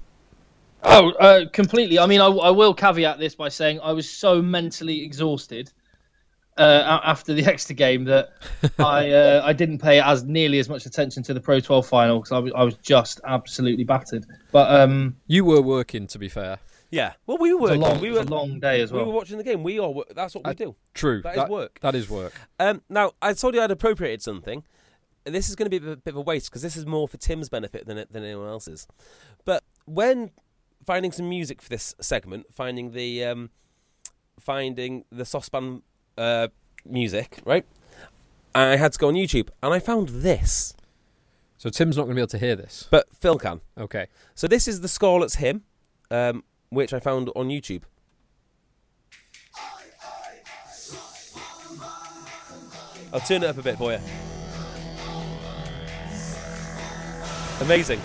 Oh, uh, completely. I mean, I, I will caveat this by saying I was so mentally exhausted uh, a- after the Exeter game that I uh, I didn't pay as nearly as much attention to the Pro 12 final because I was, I was just absolutely battered. But um,
You were working, to be fair.
Yeah. Well, we
it
were.
was a long,
we
it was
were.
a long day as
We were
well.
watching the game. We are. wo- That's what we
I-
do.
True.
That is work.
That is work.
Um, now, I told you I'd appropriated something. And This is going to be a bit of a waste because this is more for Tim's benefit than than anyone else's. But when finding some music for this segment, finding the um, finding the saucepan uh, music, right? I had to go on YouTube and I found this,
So Tim's not going to be able to hear this.
but Phil can.
Okay.
So this is the Scarlet's hymn, um, which I found on YouTube. I'll turn it up a bit for you. Amazing.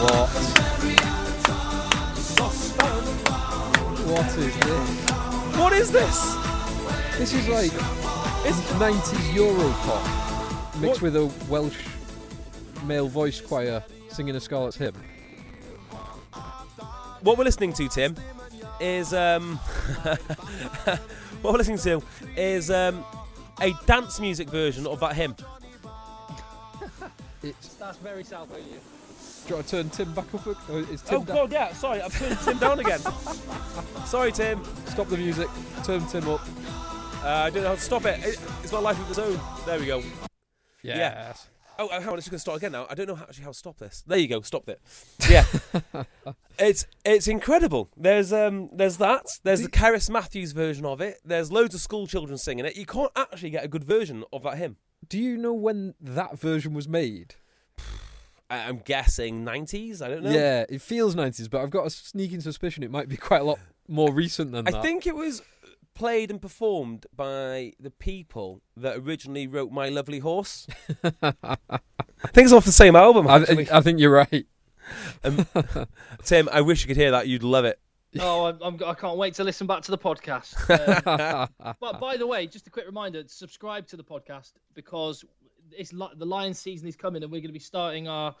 What? What is this?
What is this?
This is like
It's
90s Europop
What?
mixed with a Welsh male voice choir singing a Scarlet's hymn.
what we're listening to, Tim, is um, what we're listening to is um, a dance music version of that hymn.
It's,
That's very South of you.
do you want to turn Tim back up? Or is Tim
oh
da-
God, yeah. Sorry, I've turned Tim down again. Sorry, Tim.
Stop the music, turn Tim up.
Uh, I don't know how to stop it. It- It's got a life of its own. There we go.
Yes.
Oh, oh, hang on, it's just gonna start again now. I don't know how, actually how to stop this. There you go, stopped it. Yeah, it's it's incredible. There's um there's that. There's the Karis Matthews version of it. There's loads of school children singing it. You can't actually get a good version of that hymn.
Do you know when that version was made?
I, I'm guessing 90s. I don't know.
Yeah, it feels 90s, but I've got a sneaking suspicion it might be quite a lot more recent than
I
that.
think it was played and performed by the people that originally wrote My Lovely Horse. Uh, I think it's off the same album.
I,
actually.
I think you're right.
Tim, I wish you could hear that. You'd love it.
Oh, I'm, I'm, I can't wait to listen back to the podcast. Um, but by the way, just a quick reminder: subscribe to the podcast because it's li- the Lions season is coming, and we're going to be starting our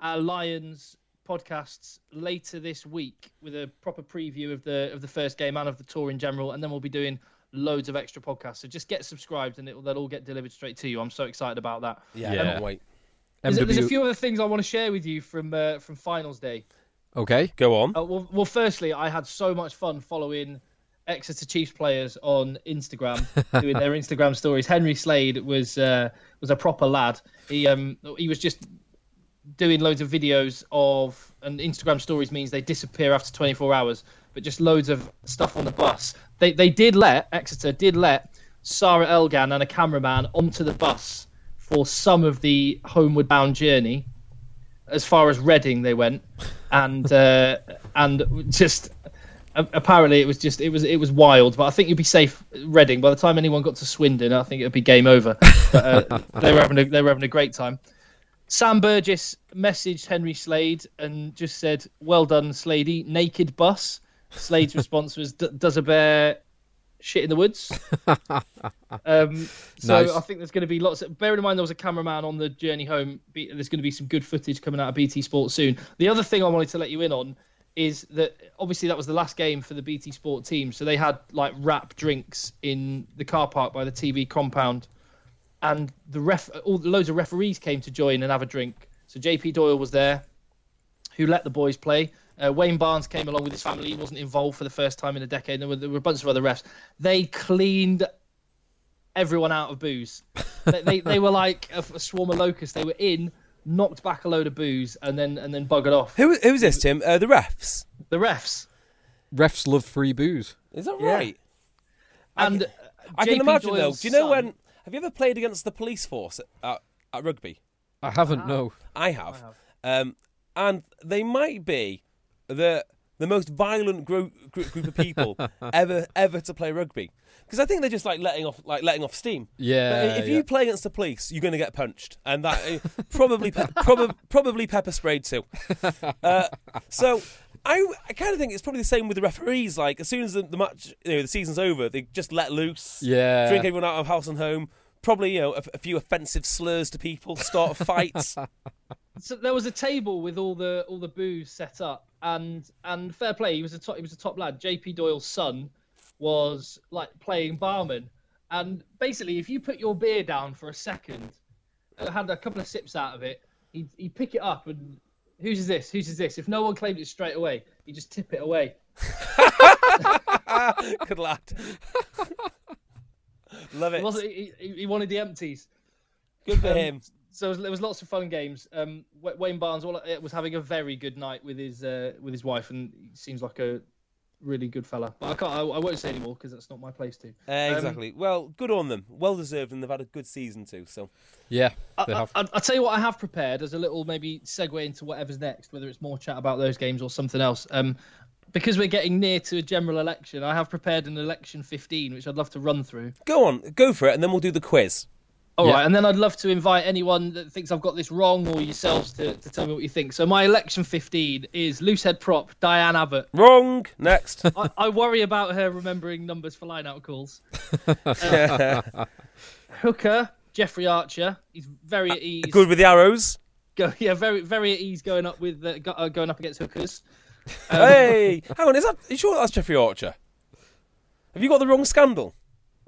our Lions podcasts later this week with a proper preview of the of the first game and of the tour in general, and then we'll be doing loads of extra podcasts. So just get subscribed, and it'll, they'll all get delivered straight to you. I'm so excited about that.
Yeah,
Yeah.
I can't wait.
There's, a- there's a
MW
few other things I want to share with you from uh, from finals day.
Okay.
Go on.
Uh, well, well, firstly, I had so much fun following Exeter Chiefs players on Instagram, doing their Instagram stories. Henry Slade was uh, was a proper lad. He um he was just doing loads of videos of and Instagram stories means they disappear after 24 hours, but just loads of stuff on the bus. They they did let Exeter did let Sarah Elgan and a cameraman onto the bus for some of the homeward bound journey. As far as Reading, they went, and uh, and just a- apparently it was just it was it was wild. But I think you'd be safe at Reading. By the time anyone got to Swindon, I think it'd be game over. But, uh, they were having a, they were having a great time. Sam Burgess messaged Henry Slade and just said, "Well done, Sladey. Naked bus." Slade's response was, "D- "Does a bear shit in the woods?" um, so
Nice.
I think there's going to be lots. Of, bear in mind there was a cameraman on the journey home. Be- There's going to be some good footage coming out of BT Sport soon. The other thing I wanted to let you in on is that obviously that was the last game for the BT Sport team, so they had like wrap drinks in the car park by the TV compound and the ref, all loads of referees came to join and have a drink. So JP Doyle was there, who let the boys play. Uh, Wayne Barnes came along with his family. He wasn't involved for the first time in a decade. There were, there were a bunch of other refs. They cleaned everyone out of booze. they, they, they were like a, a swarm of locusts. They were in, knocked back a load of booze, and then and then buggered off.
Who, who's this, Tim? Uh, the refs.
The refs
Refs love free booze.
Is that
Yeah.
right?
and
I can
JP
imagine
Doyle's
though. Do you know
son-
when? Have you ever played against the police force at, at, at rugby?
I haven't, no.
I have. Um, and they might be the the most violent gro- gr- group of people ever ever to play rugby because I think they're just like letting off like letting off steam.
Yeah,
But if
yeah.
you play against the police, you're going to get punched, and that eh, probably pe- probably probably pepper sprayed too. Uh, so. I, I kind of think it's probably the same with the referees. Like as soon as the, the match, you know, the season's over, they just let loose
Yeah.
drink everyone out of house and home. Probably, you know, a, a few offensive slurs to people, start fights.
so there was a table with all the all the booze set up, and and fair play, he was a top he was a top lad. JP Doyle's son was like playing barman, and basically, if you put your beer down for a second, uh, had a couple of sips out of it, he'd, he'd pick it up and whose is this? Whose is this? If no one claimed it straight away, he'd just tip it away.
Good lad. Love
He,
it.
wasn't, he, he he wanted the empties.
Good for him.
so it was, there was lots of fun games. Um, Wa- Wayne Barnes all, uh, was having a very good night with his uh, with his wife, and he seems like a really good fella. But I can't, I, I won't say anymore because that's not my place to.
Uh, exactly. well, good on them. Well deserved, and they've had a good season too. So
Yeah,
Uh,
I,
they have.
I, will tell you what I have prepared as a little maybe segue into whatever's next, whether it's more chat about those games or something else. Um, because we're getting near to a general election, I have prepared an election 15, which I'd love to run through.
go on, go for it, and then we'll do the quiz.
All right,
Yeah.
and then I'd love to invite anyone that thinks I've got this wrong or yourselves to, to tell me what you think. So my election 15 is loosehead prop Diane Abbott.
Wrong. Next.
I, I worry about her remembering numbers for line-out calls. Hooker, Jeffrey Archer. He's very at ease.
Good with the arrows.
Go, yeah, very very at ease going up with uh, go- uh, going up against hookers.
Hey, hang on. Is that? You sure that's Jeffrey Archer? Have you got the wrong scandal?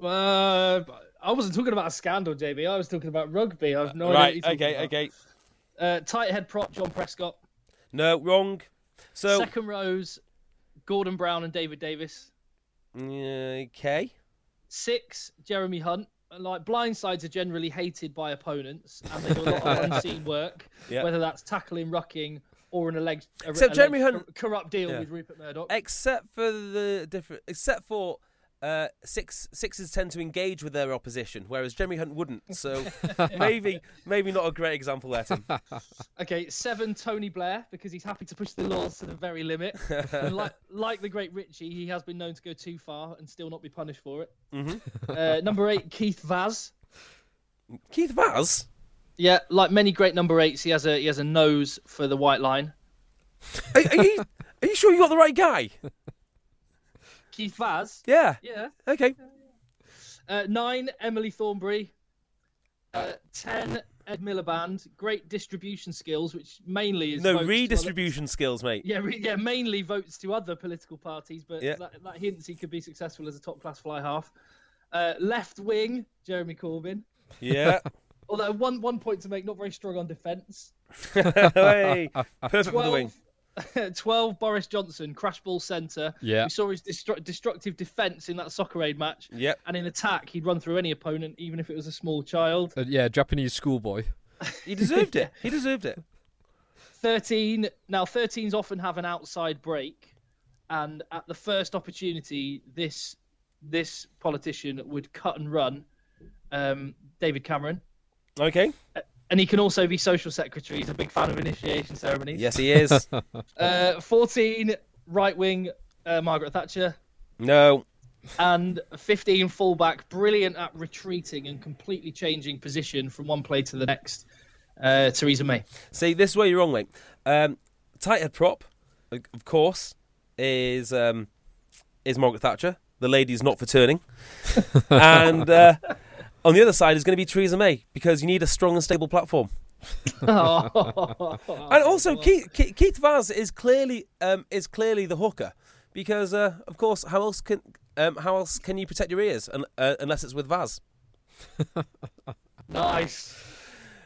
Uh, I wasn't talking about a scandal, JB. I was talking about rugby. I've no idea.
right.
what you're talking
Okay.
about.
Okay.
Uh, tight head prop John Prescott.
No, wrong. So
Second rows, Gordon Brown and David Davis.
Mm, okay.
Six, Jeremy Hunt. Like blindsides are generally hated by opponents, and they do a lot of unseen work,
Yeah.
whether that's tackling, rucking, or an alleged, a-
Except
alleged
Jeremy Hunt-
cor- corrupt deal
Yeah.
with Rupert Murdoch.
Except for the different. Except for. Uh, six sixes tend to engage with their opposition, whereas Jeremy Hunt wouldn't. So maybe maybe not a great example there. Tim.
Okay, seven Tony Blair because he's happy to push the laws to the very limit. and like, like the great Richie, he has been known to go too far and still not be punished for it.
Mm-hmm.
Uh, number eight, Keith Vaz.
Keith Vaz.
Yeah, like many great number eights, he has a he has a nose for the white line.
Are, are you are you sure you got the right guy?
Keith Vaz.
Yeah.
Yeah.
Okay.
Uh, nine, Emily Thornbury. Uh, ten, Ed Miliband. Great distribution skills, which mainly is
No
votes to other-
redistribution skills, mate.
Yeah, re- yeah, mainly votes to other political parties, but
Yeah.
that, that hints he could be successful as a top class fly half. Uh, left wing, Jeremy Corbyn.
Yeah.
Although one one point to make, not very strong on defence.
Hey, perfect for the wing.
12 Boris Johnson, crash ball centre.
Yeah.
We saw his destru- destructive defence in that soccer aid match.
Yep.
And in attack, he'd run through any opponent, even if it was a small child.
Uh, yeah, Japanese schoolboy.
He deserved it. He deserved it.
13. Now, 13s often have an outside break. And at the first opportunity, this this politician would cut and run um, David Cameron.
Okay.
And he can also be social secretary. He's a big fan of initiation ceremonies.
Yes, he is.
Uh, 14, right wing uh, Margaret Thatcher.
no.
and 15 fullback, brilliant at retreating and completely changing position from one play to the next. Uh, Theresa May.
See, this is where you're wrong, mate. Um, tight head prop, o- of course, is um, is Margaret Thatcher. The lady's not for turning. and uh, on the other side is going to be Theresa May because you need a strong and stable platform.
Oh,
and also, Keith, Keith, Keith Vaz is clearly um, is clearly the hooker because, uh, of course, how else can um, how else can you protect your ears un- uh, unless it's with Vaz?
nice.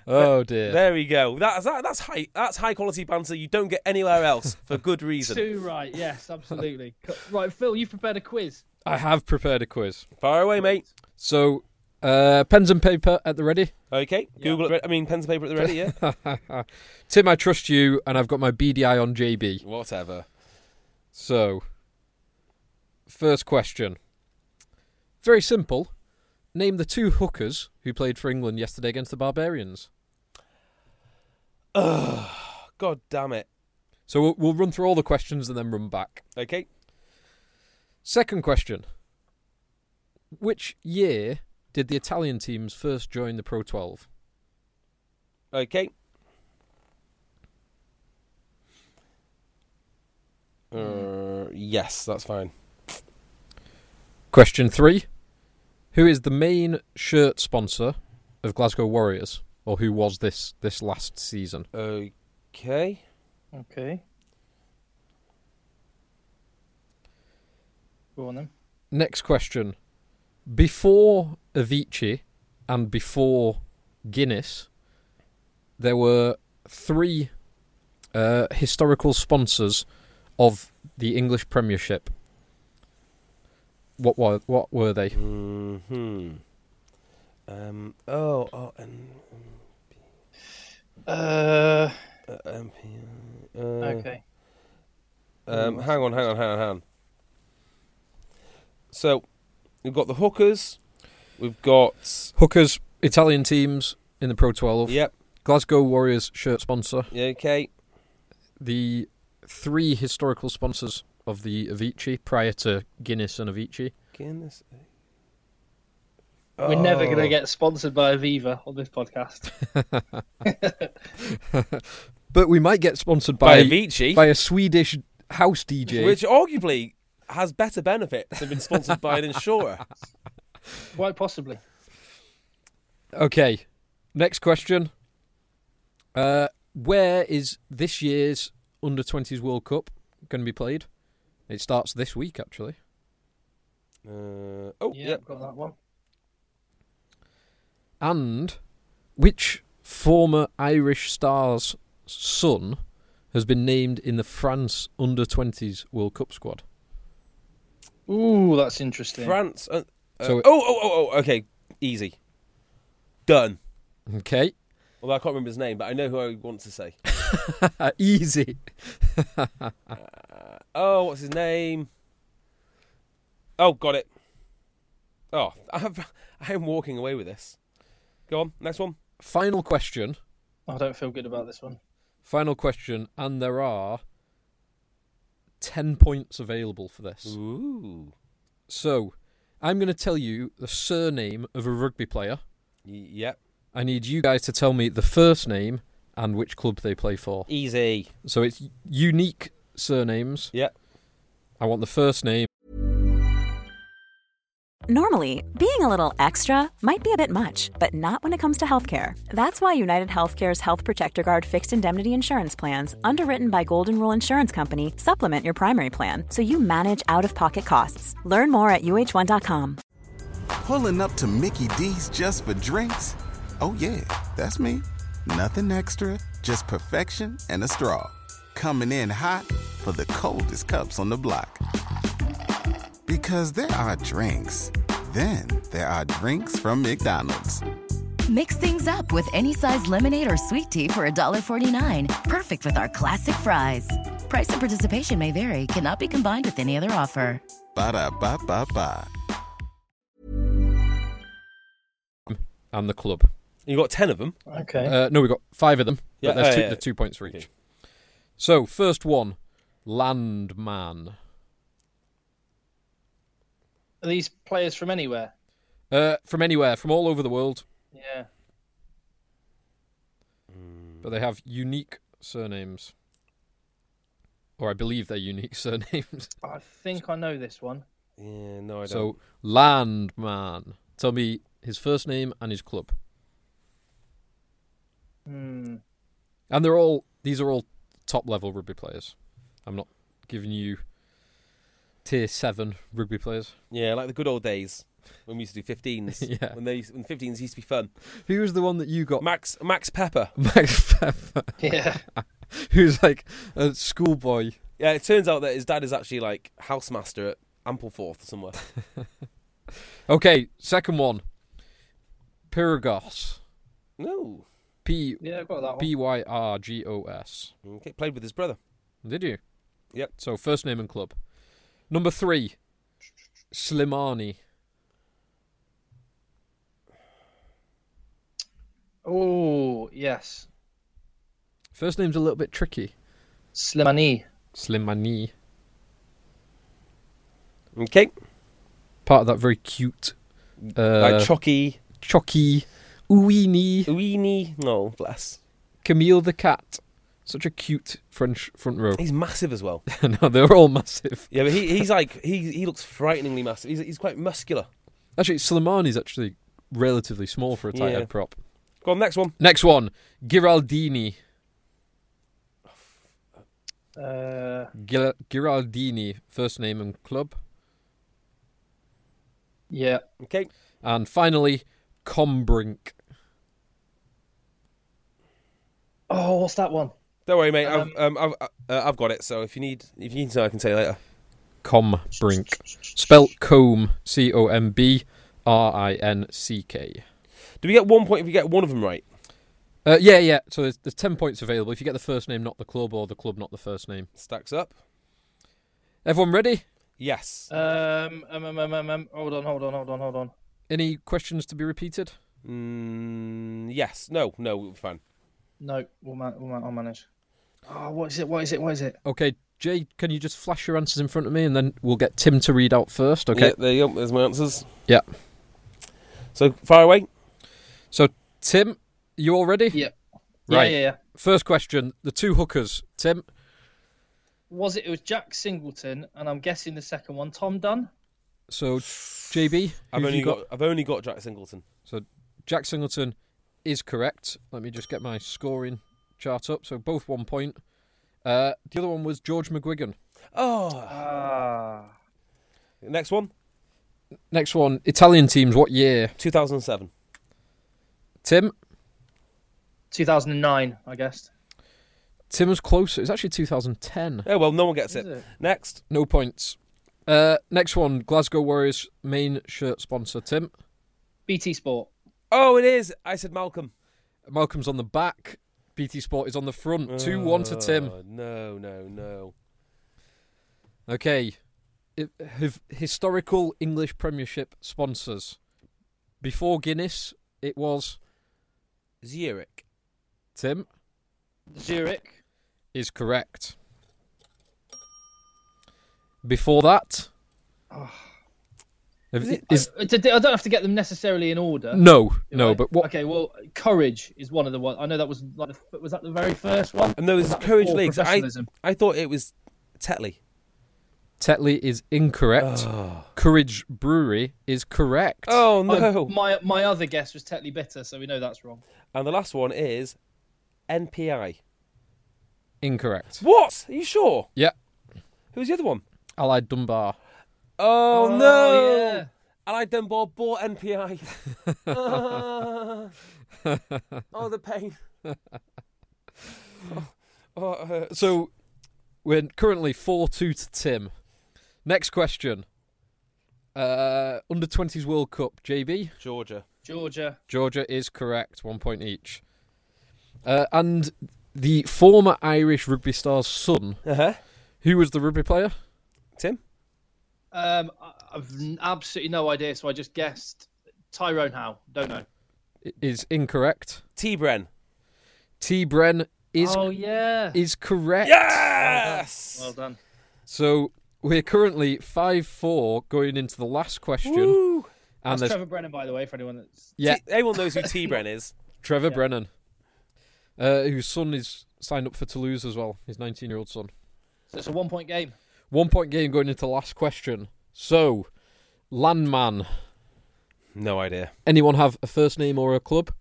Oh dear.
There we go. That's that, that's high that's high quality banter you don't get anywhere else for good reason.
Two right. Yes, absolutely. Co- right, Phil, you've prepared a quiz.
I have prepared a quiz.
Fire away, mate.
So, uh, pens and paper at the ready.
Okay, Google it. I mean, pen and paper at the ready. Yeah.
Tim, I trust you, and I've got my BDI on JB.
Whatever.
So, first question. Very simple. Name the two hookers who played for England yesterday against the Barbarians.
God damn it.
So we'll, we'll run through all the questions and then run back.
Okay.
Second question. Which year did the Italian teams first join the Pro 12?
Okay. Uh, yes, that's fine.
Question three. Who is the main shirt sponsor of Glasgow Warriors? Or who was this this last season?
Okay.
Okay. Go on then.
Next question. Before Avicii and before Guinness, there were three uh, historical sponsors of the English Premiership. What were what were they?
Hmm. Um. Oh. Oh. And.
Uh,
Uh, MP, uh,
okay.
Um, hang on, hang on, hang on, hang on. So, we've got the hookers. We've got.
Hookers, Italian teams in the Pro 12.
Yep.
Glasgow Warriors shirt sponsor.
yeah, Okay.
The three historical sponsors of the Avicii prior to Guinness and Avicii.
Guinness.
We're never
Oh.
going to get sponsored by Aviva on this podcast.
But we might get sponsored
by
by
Avicii,
by a Swedish house DJ.
which arguably has better benefits than being sponsored by an insurer.
Quite possibly.
Okay, next question. Uh, where is this year's under twenties World Cup going to be played? It starts this week, actually.
Uh, oh,
Yeah,
yeah.
I've got that one.
And which former Irish star's son has been named in the France under twenties World Cup squad?
Ooh, that's interesting.
France. Uh, uh,
So-
oh, oh, oh, oh. Okay, easy. Done.
Okay,
Although I can't remember his name, but I know who I want to say.
easy.
Oh, what's his name? Oh, got it. Oh, I've, I'm walking away with this. Go on, next one.
Final question.
I don't feel good about this one.
Final question, and there are ten points available for this.
Ooh.
So, I'm going to tell you the surname of a rugby player.
Yep.
I need you guys to tell me the first name and which club they play for.
Easy.
So it's unique surnames.
Yep.
I want the first name
Normally, being a little extra might be a bit much, but not when it comes to healthcare. That's why United Healthcare's Health Protector Guard fixed indemnity insurance plans, underwritten by Golden Rule Insurance Company, supplement your primary plan so you manage out of pocket costs. Learn more at uh1.com.
Pulling up to Mickey D's just for drinks? Oh, yeah, that's me. Nothing extra, just perfection and a straw. Coming in hot for the coldest cups on the block. Because there are drinks, then there are drinks from McDonald's.
Mix things up with any size lemonade or sweet tea for $1.49. Perfect with our classic fries. Price and participation may vary, cannot be combined with any other offer.
Ba da ba ba ba.
and the club.
You got 10 of them.
Okay.
Uh, no, we've got five of them.
Yeah,
but there's
oh,
two,
yeah.
the two points for each. So, first one Landman.
Are these players from anywhere?
Uh, from anywhere, from all over the world,
Yeah.
but they have unique surnames. Or I believe they're unique surnames.
I think I know this one.
Yeah, no, I don't.
So Landman. Tell me his first name and his club.
Hmm.
And they're all these are all top level rugby players. I'm not giving you tier seven rugby players.
yeah, like the good old days when we used to do 15s.
Yeah.
When, they, used- when 15s used to be fun.
Who was the one that you got?
Max Max Pepper.
Max Pfeffer,
Yeah.
who's like a schoolboy.
Yeah, it turns out that his dad is actually like housemaster at Ampleforth or somewhere.
Okay, second one. Pyrgos.
no.
P
Yeah, I've got that one.
P Y R G O S.
Okay, played with his brother.
Did you?
Yep.
So first name and club. Number three. Slimani.
Oh, yes.
First name's a little bit tricky.
Slimani.
Slimani.
Okay.
part of that very cute, uh,
like Chucky,
Chucky, Ouini,
Weenie. No, bless.
Camille the cat. Such a cute French front row.
He's massive as well.
no, they're all massive.
Yeah, but he, he's like he he looks frighteningly massive. He's, he's quite muscular.
Actually, Slimani's actually relatively small for a tight
Yeah.
end prop.
Go on, next one.
Next one, Giraldini.
Uh,
Gil- Giraldini, first name and club.
yeah.
Okay,
And finally, Combrink.
Oh, what's that one?
don't worry, mate. I've um, I've, uh, I've got it. So if you need if you need to know, I can tell you later.
Combrink. Spelt comb, C O M B R I N C K.
Do we get one point if you get one of them right?
Uh, yeah, yeah. So there's, there's 10 points available if you get the first name, not the club, or the club, not the first name.
Stacks up.
Everyone ready?
Yes.
Um, um, um, um, um, um, hold on, hold on, hold on, hold on.
Any questions to be repeated?
Mm, yes. No. No. We're fine.
No, we'll, man- we'll man- I'll manage. Oh, what is it? What is it? What is it?
Okay, Jay, can you just flash your answers in front of me and then we'll get Tim to read out first, okay?
Yeah, there you go. There's my answers.
Yeah.
So far away.
So, Tim, you all ready?
Yeah.
Right.
Yeah, yeah, yeah.
First question: the two hookers. Tim,
Was it? It was Jack Singleton, and I'm guessing the second one, Tom Dunn.
so JB,
I've
who've
only
you
got, I've only got Jack Singleton.
So Jack Singleton is correct. Let me just get my scoring chart up. So both one point. Uh, the other one was George McGuigan.
Oh,
Ah.
next one,
Next one, Italian teams. What year?
2007.
Tim.
2009, I guessed.
Tim was closer. It's actually 2010.
Oh well, no one gets
Is
it.
it?
Next,
No points. Uh, next one, Glasgow Warriors main shirt sponsor. Tim.
BT Sport.
oh, it is. I said Malcolm.
Malcolm's on the back. BT Sport is on the front. Two one to Tim.
Oh, No, no, no.
Okay. If- if- historical English Premiership sponsors. Before Guinness, it was
Zurich.
Tim.
Zurich.
is correct. Before that, Have-
Is it-
is-
I, did- I don't have to get them necessarily in order.
no,
do
no,
I?
but what?
Okay, well, courage is one of the ones. I know that was like the, f- was that the very first one?
And there was Courage
Or
Leagues. I,
professionalism.
I thought it was Tetley.
Tetley is incorrect. Courage Brewery is correct.
Oh
Oh,
no!
my my other guess was Tetley Bitter, so we know that's wrong.
And the last one is NPI.
Incorrect.
What? Are you sure?
Yeah,
Who's the other one?
Allied Dunbar.
Oh,
Oh,
no!
yeah.
Allied Dunbar bought NPI. Ah. oh, the pain. Oh, oh, it hurts.
So we're currently 4 2 to Tim. Next question. Uh, under 20s World Cup, JB.
Georgia.
Georgia.
Georgia is correct, one point each. Uh, and the former Irish rugby star's son,
Uh huh.
who was the rugby player?
Tim.
Um, I- I've n- absolutely no idea, so I just guessed Tyrone Howe. Don't know.
I- Is incorrect.
T. Bren.
T. Bren is
oh yeah.
is correct.
Yes.
Well done.
So we're currently five four going into the last question,
Woo.
and
That's
there's
Trevor Brennan, by the way, for anyone that's.
yeah
T- everyone knows who T. Bren is.
Trevor Brennan, uh, whose son is signed up for Toulouse as well. His nineteen year old son.
So it's a one-point game.
One point game going into the last question. So, Landman.
No idea.
Anyone have a first name or a club?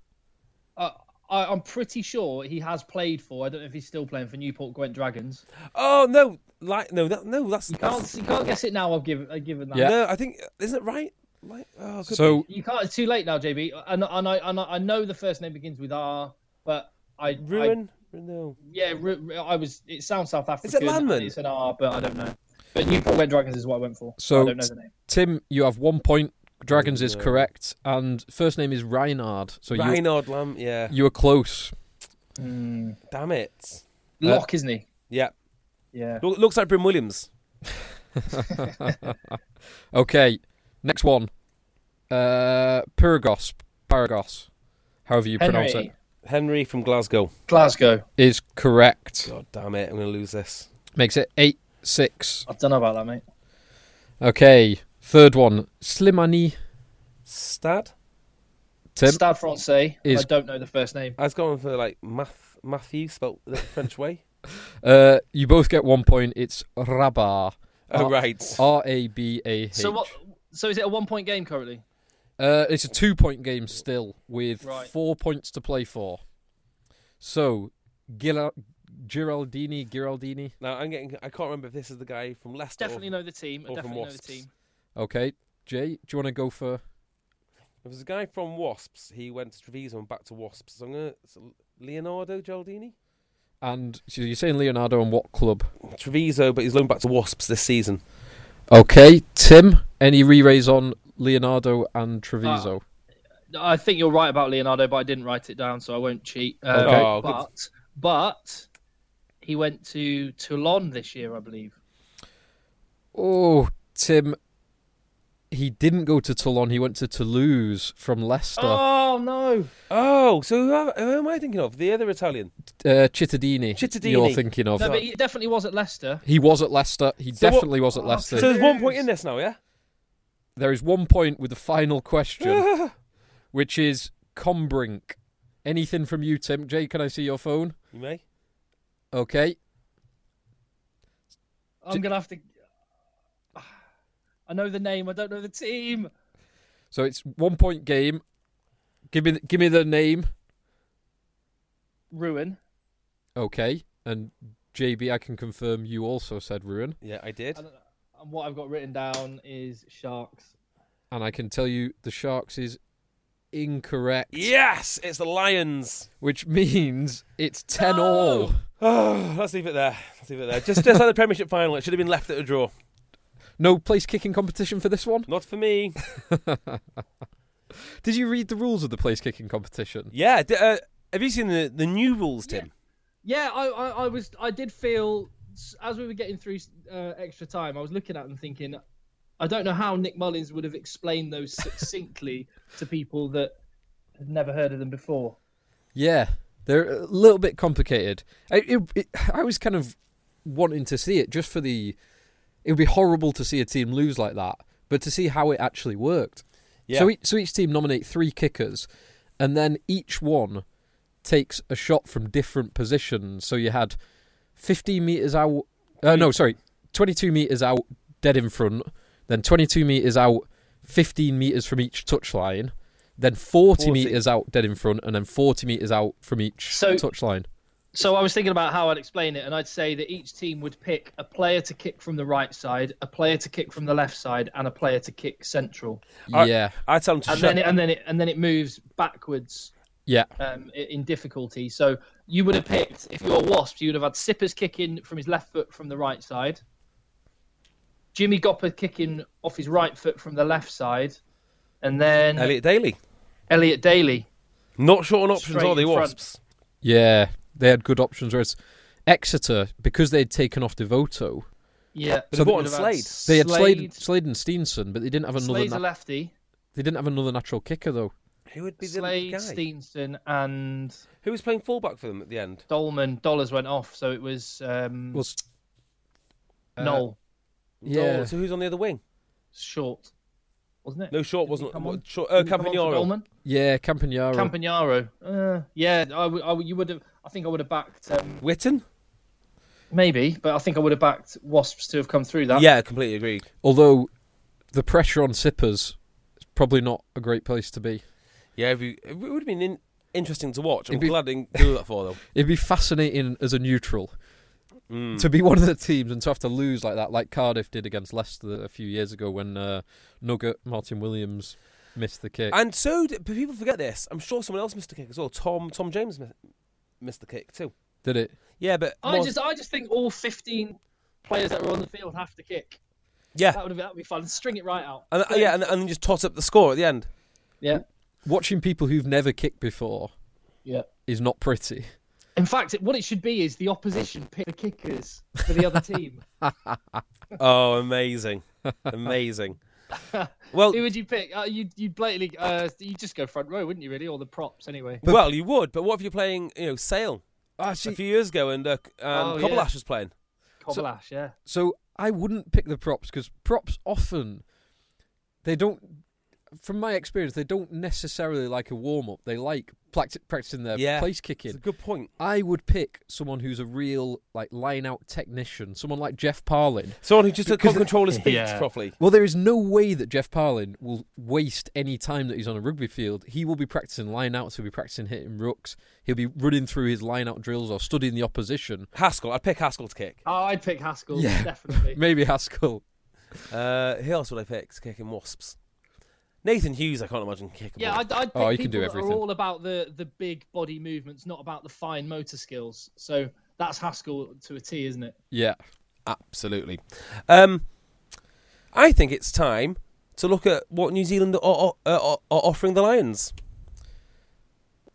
Uh, I, I'm pretty sure he has played for. I don't know if he's still playing for Newport Gwent Dragons.
Oh no! Like no, that, no. That's,
You can't, you can't guess it now. I've given, I've given that.
Yeah.
no. I think isn't it right? Like oh, could
So
You can't. It's too late now, JB. And, and I and I I know the first name begins with R, but I
be. ruin. no.
I, yeah, Ru- Ru- I was. It sounds South African.
Landman?
It's an R, but I don't know. But Newport Red Dragons is what I went for.
So-
I don't know the name.
Tim, you have one point. Dragons is correct, and first name is Reinhard. So you
Reinhard Lamb. Yeah.
you were close.
Damn it.
Lock, Mm. isn't he?
Yeah.
Yeah.
Look, looks like Bryn Williams.
Okay, next one. Uh, Pyrgos, Paragos, however you pronounce it,
Henry.
Henry from Glasgow.
Glasgow.
is correct.
God damn it! I'm gonna lose this.
Makes it eight six.
I don't know about that, mate.
Okay, third one. Slimani
Stad.
Tim
Stade Francais.
Is-
I don't know the first name.
I was going for like Math Matthew spelt the French way.
Uh, you both get one point. It's Rabar.
Oh right.
R A B A H.
So what? So is it a one-point game currently?
Uh, it's a two point game still with
Right.
four points to play for. So, Gila- Giraldini, Giraldini.
Now I'm getting. I can't remember if this is the guy from Leicester. or-
Definitely know the team. I
or from
definitely know the
Wasps.
team.
Okay, Jay, do you want to go for?
There was a guy from Wasps. He went to Treviso and back to Wasps. So I'm gonna so Leonardo Geraldini.
And so you're saying Leonardo and what club?
Treviso, but he's loaned back to Wasps this season.
Okay, Tim. Any re-rays on Leonardo and Treviso?
I think you're right about Leonardo, but I didn't write it down, so I won't cheat. Um,
Okay.
Oh, good.
But but he went to Toulon this year, I believe. Ah.
Oh, Tim. He didn't go to Toulon. He went to Toulouse from Leicester.
Oh no!
Oh, so who, am- who am I thinking of? The other Italian.
Uh, Chittadini.
Chittadini.
You're thinking of.
No, but he definitely was at Leicester.
He was at Leicester. He
So what-
definitely was at
Oh,
Leicester.
So there's one point in this now, yeah.
There is one point with the final question. which is Combrink. Anything from you, Tim? Jay, can I see your phone?
You may.
Okay.
I'm gonna have to. I know the name. I don't know the team.
So it's one point game. Give me, give me the name.
Ruin.
Okay. And JB, I can confirm you also said ruin.
Yeah, I did.
And, and what I've got written down is sharks.
And I can tell you the Sharks is incorrect.
Yes, it's the Lions.
Which means it's 10 all.
Oh, let's leave it there. Let's leave it there. Just, just like the Premiership final, it should have been left at a draw.
No place kicking competition for this one.
Not for me.
Did you read the rules of the place kicking competition?
Yeah. D- uh, have you seen the, the new rules, Tim?
Yeah, I, I, I was, I did feel s- as we were getting through uh, extra time, I was looking at them thinking, I don't know how Nick Mullins would have explained those succinctly to people that had never heard of them before.
Yeah, they're a little bit complicated. I, it, it, I was kind of wanting to see it just for the. It would be horrible to see a team lose like that, but to see how it actually worked.
Yeah.
So, each, so each team nominate three kickers, and then each one takes a shot from different positions. So you had 15 meters out. Uh, no, sorry, 22 meters out, dead in front. Then 22 meters out, 15 meters from each touchline. Then 40,
40.
meters out, dead in front, and then 40 meters out from each
So-
touchline.
So I was thinking about how I'd explain it, and I'd say that each team would pick a player to kick from the right side, a player to kick from the left side, and a player to kick central.
I-
yeah,
I tell them to
And
shut
then, it, and then it, and then it moves backwards
yeah,
um, i- in difficulty. So you would have picked, if you were Wasps, you would have had Sippers kicking from his left foot from the right side, Jimmy Gopper kicking off his right foot from the left side, and then Elliot,
Elliot Daly.
Daly.
Not short on options
Straight
are they,
in front.
Wasps?
yeah. They had good options. Whereas Exeter, because they'd taken off Devoto,
Yeah.
So they bought
would
on
have had
Slade.
they had Slade, Slade and Steenson, but they didn't have another.
Slade's
Na-
a lefty.
they didn't have another natural kicker though.
Who would be the
Slade,
guy?
Steenson, and
Who was playing fullback for them at the end?
Dolman. Dollars went off, so it was um,
Was uh,
Noel
Yeah.
No, Oh, so who's on the other wing?
short, wasn't it?
No, Short
Didn't he
wasn't.
come
what-
on?
Short, uh,
Didn't he come on for
Campagnaro.
Dolman?
yeah, Campagnaro.
Campagnaro. Uh, yeah, I, would- I would- you would have. I think I would have backed um,
Witten?
maybe, but I think I would have backed Wasps to have come through that.
Yeah, completely agreed.
Although the pressure on Sippers is probably not a great place to be.
Yeah, it'd be- it would have been in, interesting to watch. I'm
It'd be-
glad they didn't do that for them.
It'd be fascinating as a neutral
Mm.
to be one of the teams and to have to lose like that, like Cardiff did against Leicester a few years ago when uh, Nugget Martin Williams missed the kick.
And so did, but people forget this. I'm sure someone else missed the kick as well. Tom Tom James mi- missed the kick too.
did it?
Yeah, but
I
more-
just, I just think all fifteen players that were on the field have to kick.
yeah,
That would have, that would be fun. String it right out.
and, uh, yeah, and, and then just tot up the score at the end.
Yeah,
Watching people who've never kicked before
yeah.
is not pretty.
In fact, it, what it should be is the opposition pick the kickers for the other team.
Oh, amazing, amazing. Well,
Who would you pick? Uh, you'd, you'd blatantly, uh, you'd just go front row, wouldn't you? Really, or the props anyway.
well, you would. But what if you're playing, you know, Sale
Ah,
a few years ago and uh, c- and
Oh, yeah.
Kobbelash was playing?
Coblash, yeah.
So I wouldn't pick the props because props often they don't. From my experience, they don't necessarily like a warm up. They like practi- practicing their
Yeah,
Uh, place
It's
kicking.
a good point.
I would pick someone who's a real like line out technician, someone like Jeff Parlin.
Someone who just can't control his feet
Yeah.
properly.
Well, there is no way that Jeff Parlin will waste any time that he's on a rugby field. He will be practicing line outs, he'll be practicing hitting rooks, he'll be running through his line out drills or studying the opposition.
Haskell, I'd pick Haskell to kick.
Oh, I'd pick Haskell
Yeah.
definitely.
Maybe Haskell.
Uh, who else would I pick? to kick in Wasps. Nathan Hughes, I can't imagine kicking.
Yeah,
one.
I'd, I'd pick
Oh, you
people
can do
that
everything.
are all about the the big body movements, not about the fine motor skills. So that's Haskell to a T, isn't it?
Yeah.
Absolutely. Um, I think it's time to look at what New Zealand are, are, are, are offering the Lions.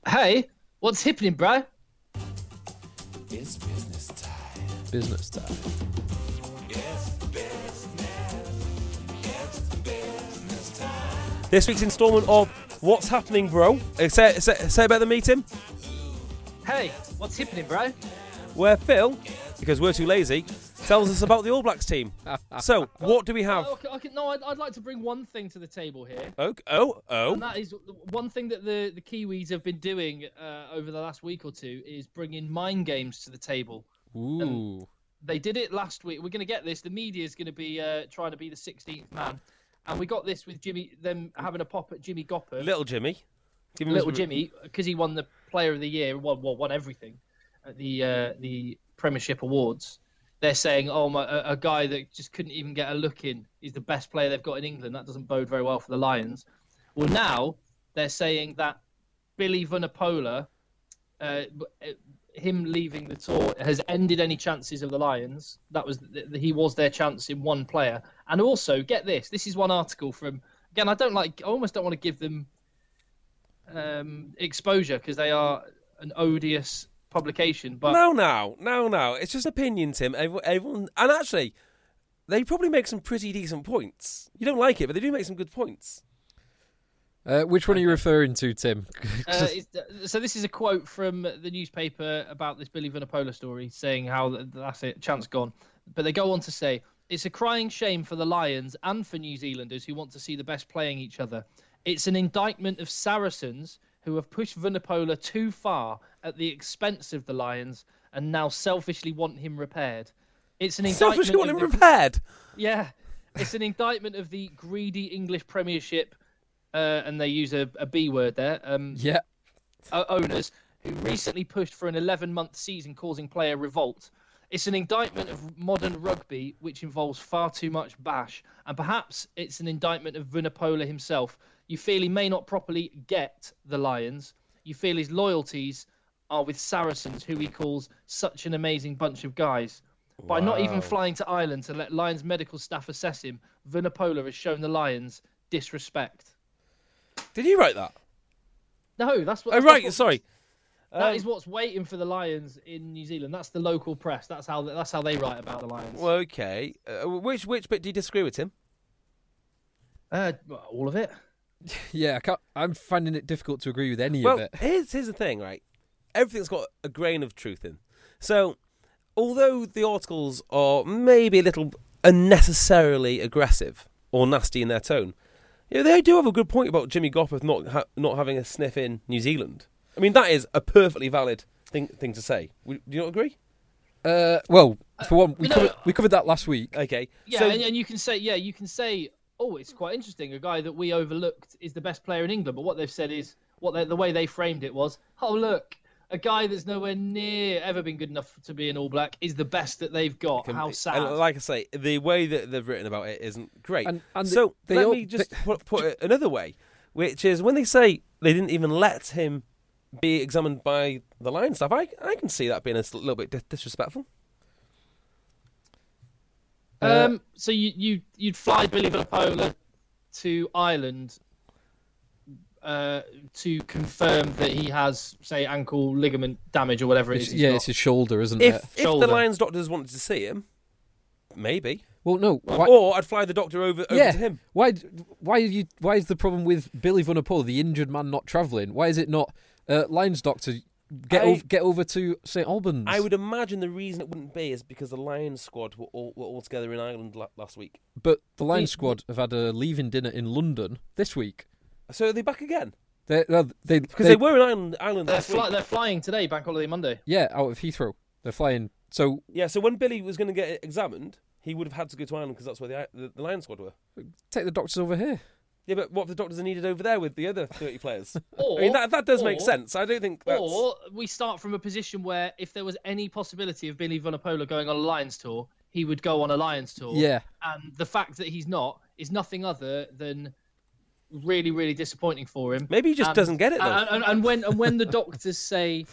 Hey, what's happening, bro?
It's business time.
Business time.
This week's instalment of What's Happening, Bro? Uh, Say, say, say about the meeting
Hey, what's happening, bro?
where Phil, because we're too lazy, tells us about the All Blacks team. So, what do we have?
Oh, Okay, okay, no, I'd, I'd like to bring one thing to the table here.
Oh, oh,
And
oh.
that is one thing that the, the Kiwis have been doing uh, over the last week or two is bringing mind games to the table.
Um,
Ooh.
They did it last week. We're going to get this. The media is going to be uh, trying to be the 16th man. And we got this with Jimmy, them having a pop at Jimmy Gopper.
Little Jimmy. Give him
Little
his-
Jimmy, because he won the Player of the Year, won, won, won everything at the uh, the Premiership Awards. They're saying, "Oh my, a, a guy that just couldn't even get a look in is the best player they've got in England." That doesn't bode very well for the Lions. Well, now they're saying that Billy Vunipola, uh, b- uh, him leaving the tour, has ended any chances of the Lions. That was th- th- he was their chance in one player. And also, get this: this is one article from. Again, I don't like. I almost don't want to give them um, exposure because they are an odious publication. But
No, no, no, no. It's just opinion, Tim. Every- Everyone, and actually, they probably make some pretty decent points. You don't like it, but they do make some good points.
Uh, which one are you referring to, Tim? 'Cause
uh, it's- so this is a quote from the newspaper about this Billy Vanapola story, saying how th- that's it, chance gone. But they go on to say it's a crying shame for the Lions and for New Zealanders who want to see the best playing each other. It's an indictment of Saracens who have pushed Vanapola too far at the expense of the Lions and now selfishly want him repaired. It's an indictment.
Selfishly want
of
him
the-
repaired.
Yeah, it's an indictment of the greedy English Premiership, uh, and they use a, a B word there. Um,
yeah.
o- uh, owners who recently pushed for an 11-month season, causing player revolt. It's an indictment of modern rugby, which involves far too much bash, and perhaps it's an indictment of Vunipola himself. You feel he may not properly get the Lions. You feel his loyalties are with Saracens, who he calls such an amazing bunch of guys. By not even flying to Ireland to let Lions medical staff assess him, Vunipola has shown the Lions disrespect.
Did you write that?
No, that's what.
Oh,
that's
right.
what-
Sorry. Um,
that is what's waiting for the Lions in New Zealand. That's the local press. That's how that's how they write about the Lions.
Well, okay. Uh, which which bit do you disagree with, Tim?
uh, all of it.
Yeah, I can't, I'm finding it difficult to agree with any
well,
of it.
here's here's the thing, right? Everything's got a grain of truth in. So, although the articles are maybe a little unnecessarily aggressive or nasty in their tone, you know, they do have a good point about Jimmy Gopper not ha- not having a sniff in New Zealand. I mean, that is a perfectly valid thing thing to say. Would- Do you not agree?
Uh, well, for one, we,
no,
covered,
no.
we covered that last week.
Okay.
Yeah,
So,
and, and you can say yeah, you can say oh, it's quite interesting. A guy that we overlooked is the best player in England. But what they've said is what they, the way they framed it was oh look. A guy that's nowhere near ever been good enough to be an All Black is the best that they've got. How
and
sad!
like I say, the way that they've written about it isn't great.
And- and
so
they- they
let
all-
me just
they-
put, put it another way, which is when they say they didn't even let him be examined by the Lions staff, I, I can see that being a s- little bit dis- disrespectful.
Um, so you you you'd fly Billy Vapola to Ireland uh, to confirm that he has, say, ankle ligament damage or whatever it
It's-
is. he's
yeah,
got.
it's his shoulder, isn't
If,
it?
if the
Shoulder.
Lions doctors wanted to see him, maybe.
Well, no. Why,
Or I'd fly the doctor over, oh, over
yeah.
to him.
Why? d- Why are you? Why is the problem with Billy Vunipola, the injured man, not travelling? Why is it not uh, Lions doctor? Get
I-
over, get over to St Albans.
I would imagine the reason it wouldn't be is because the Lions squad were all, were all together in Ireland la- last week.
But the Lions
We-
squad have had a leaving dinner in London this week.
So are they back again?
They they, they,
Because they, were in Ireland, Ireland
they're,
last week.
fly- they're flying today, Bank Holiday Monday.
yeah out of Heathrow. They're flying. So
Yeah, so when Billy was going to get e-, examined, he would have had to go to Ireland because that's where the, the, the Lion squad were.
take the doctors over here.
Yeah, but what if the doctors are needed over there with the other 30 players?
Or,
I mean, that, that does make
or-
sense. I don't think that's...
Or we start from a position where if there was any possibility of Billy Vanapola going on a Lions tour, he would go on a Lions
Oh.
tour.
Yeah.
And the fact that he's not is nothing other than really, really disappointing for him.
Maybe he just
And-
doesn't get it, though.
And, and, and when and when the doctors say,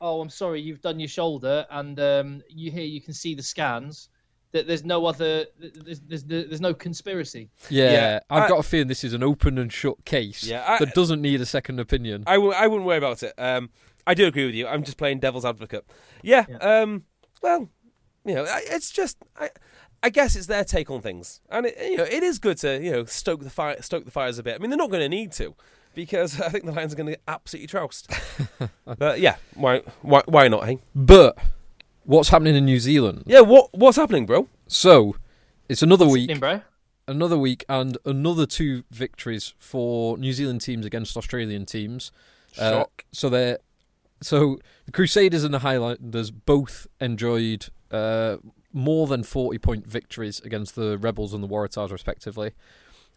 "Oh, I'm sorry, you've done your shoulder," and um, you hear you can see the scans, that there's no other, there's, there's, there's no conspiracy.
Yeah,
Yeah,
I've
I-
got a feeling this is an open and shut case
Yeah, I-
that doesn't need a second opinion.
I, will, I wouldn't worry about it. Um, I do agree with you. I'm just playing devil's advocate. Yeah, Um, well, you know, I, it's just... I, I guess it's their take on things, and it, you know it is good to you know stoke the fire, stoke the fires a bit. I mean, they're not going to need to, because I think the Lions are going to get absolutely trounced. but yeah, why, why, why not? Hey,
but What's happening in New Zealand?
Yeah, what what's happening, bro?
So, it's another week,
In, bro.
another week, and another two victories for New Zealand teams against Australian teams. Uh,
Shock.
so they're so the Crusaders and the Highlanders both enjoyed uh, more than forty point victories against the Rebels and the Waratahs, respectively.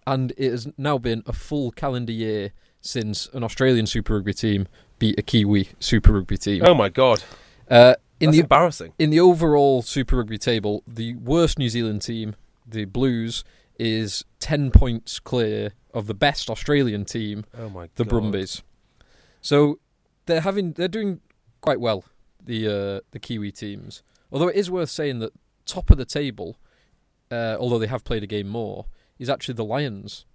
And it has now been a full calendar year since an Australian Super Rugby team beat a Kiwi Super Rugby team.
Oh my god,
Uh, in
that's
the
embarrassing.
in the overall Super Rugby table, the worst New Zealand team, the Blues, is 10 points clear of the best Australian team,
Oh my,
the
god.
Brumbies. So they're having they're doing quite well the uh, the Kiwi teams. Although it is worth saying that top of the table, uh, although they have played a game more, is actually the Lions.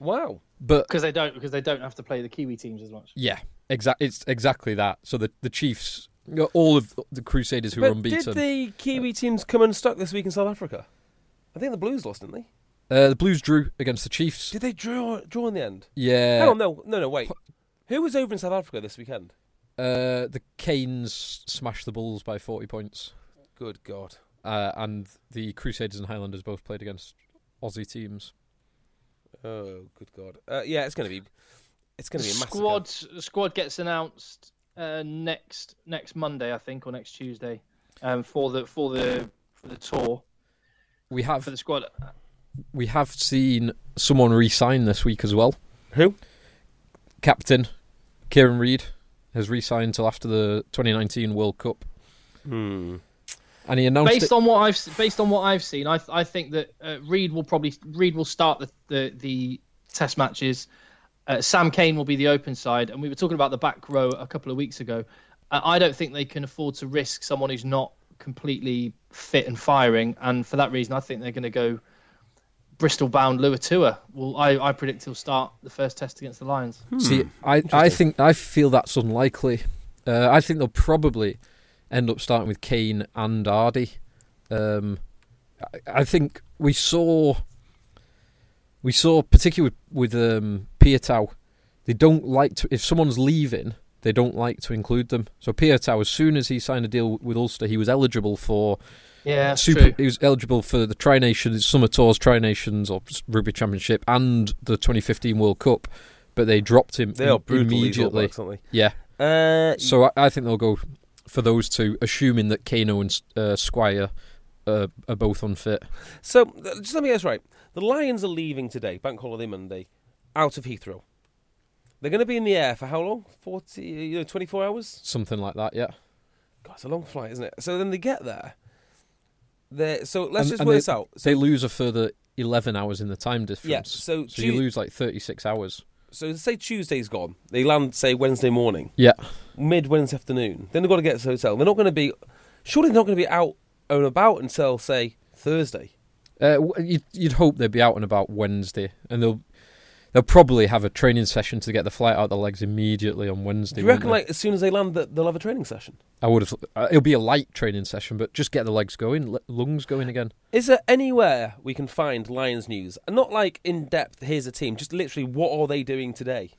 Wow.
But
Because they don't because they don't have to play the Kiwi teams as much.
yeah, exactly it's exactly that. So the the Chiefs, all of the Crusaders who are
But did
unbeaten.
the Kiwi teams come unstuck this week in South Africa? I think the Blues lost, didn't they?
uh, the Blues drew against the Chiefs.
Did they draw draw in the end?
Yeah.
Hang on, no, no, no, wait. Who was over in South Africa this weekend?
Uh, the Canes smashed the Bulls by 40 points,
Good God.
uh, and the Crusaders and Highlanders both played against Aussie teams.
Oh, good God. Uh, yeah, it's gonna be, it's gonna be a massive
squad the squad gets announced uh, next next Monday, I think, or next Tuesday, um, for the for the for the tour
We
for
have
the squad.
we have seen someone re-sign this week as well.
Who?
Captain Kieran Reid has re-signed till after the 2019 World Cup,
Hmm.
and he announced
Based
it-
on what I've s- based on what I've seen, I th- I think that uh, Reed will probably Reed will start the the, the test matches. Uh, Sam Kane will be the open side, and we were talking about the back row a couple of weeks ago. Uh, I don't think they can afford to risk someone who's not completely fit and firing, and for that reason, I think they're going to go Bristol-bound Luatua. Well, I, I predict he'll start the first test against the Lions.
See, I, I think I feel that's unlikely. Uh, I think they'll probably end up starting with Kane and Hardy. Um, I, I think we saw we saw particularly with, with um, Pietau, they don't like to if someone's leaving, they don't like to include them. So Pietau, as soon as he signed a deal with Ulster, he was eligible for
Yeah, that's
super.
true.
He was eligible for the Tri Nations Summer Tours, Tri Nations or Rugby Championship, and the 2015 World Cup. But they dropped him
They are
im-
brutal. these All
immediately.
Blacks, aren't
Yeah.
they? Uh,
So I, I think they'll go for those two, assuming that Kano and uh, Squire uh, are both unfit.
so th- just let me get this right. The Lions are leaving today, Bank Holiday Monday, out of Heathrow. They're going to be in the air for how long? Forty, you know, twenty-four hours.
Something like that, yeah.
God, it's a long flight, isn't it? So then they get there. They so let's
And-
just
and
work
they-
this out. So,
they lose a further 11 hours in the time difference.
yeah, so
So you
Tu-
lose like 36 hours.
so say Tuesday's gone. They land say Wednesday morning,
Yeah.
mid Wednesday afternoon. Then they've got to get to the hotel. They're not going to be surely they're not going to be out and about until say Thursday.
Uh, w- you'd, you'd hope they'd be out and about Wednesday, and they'll they'll probably have a training session to get the flight out the legs immediately on
Do
Wednesday.
you
wouldn't
reckon
they?
like as soon as they land that they'll have a training session?
I would have. Uh, it'll be a light training session, but just get the legs going, l- lungs going again.
Is there anywhere we can find Lions news? And not like in depth, here's a team, just literally what are they doing today?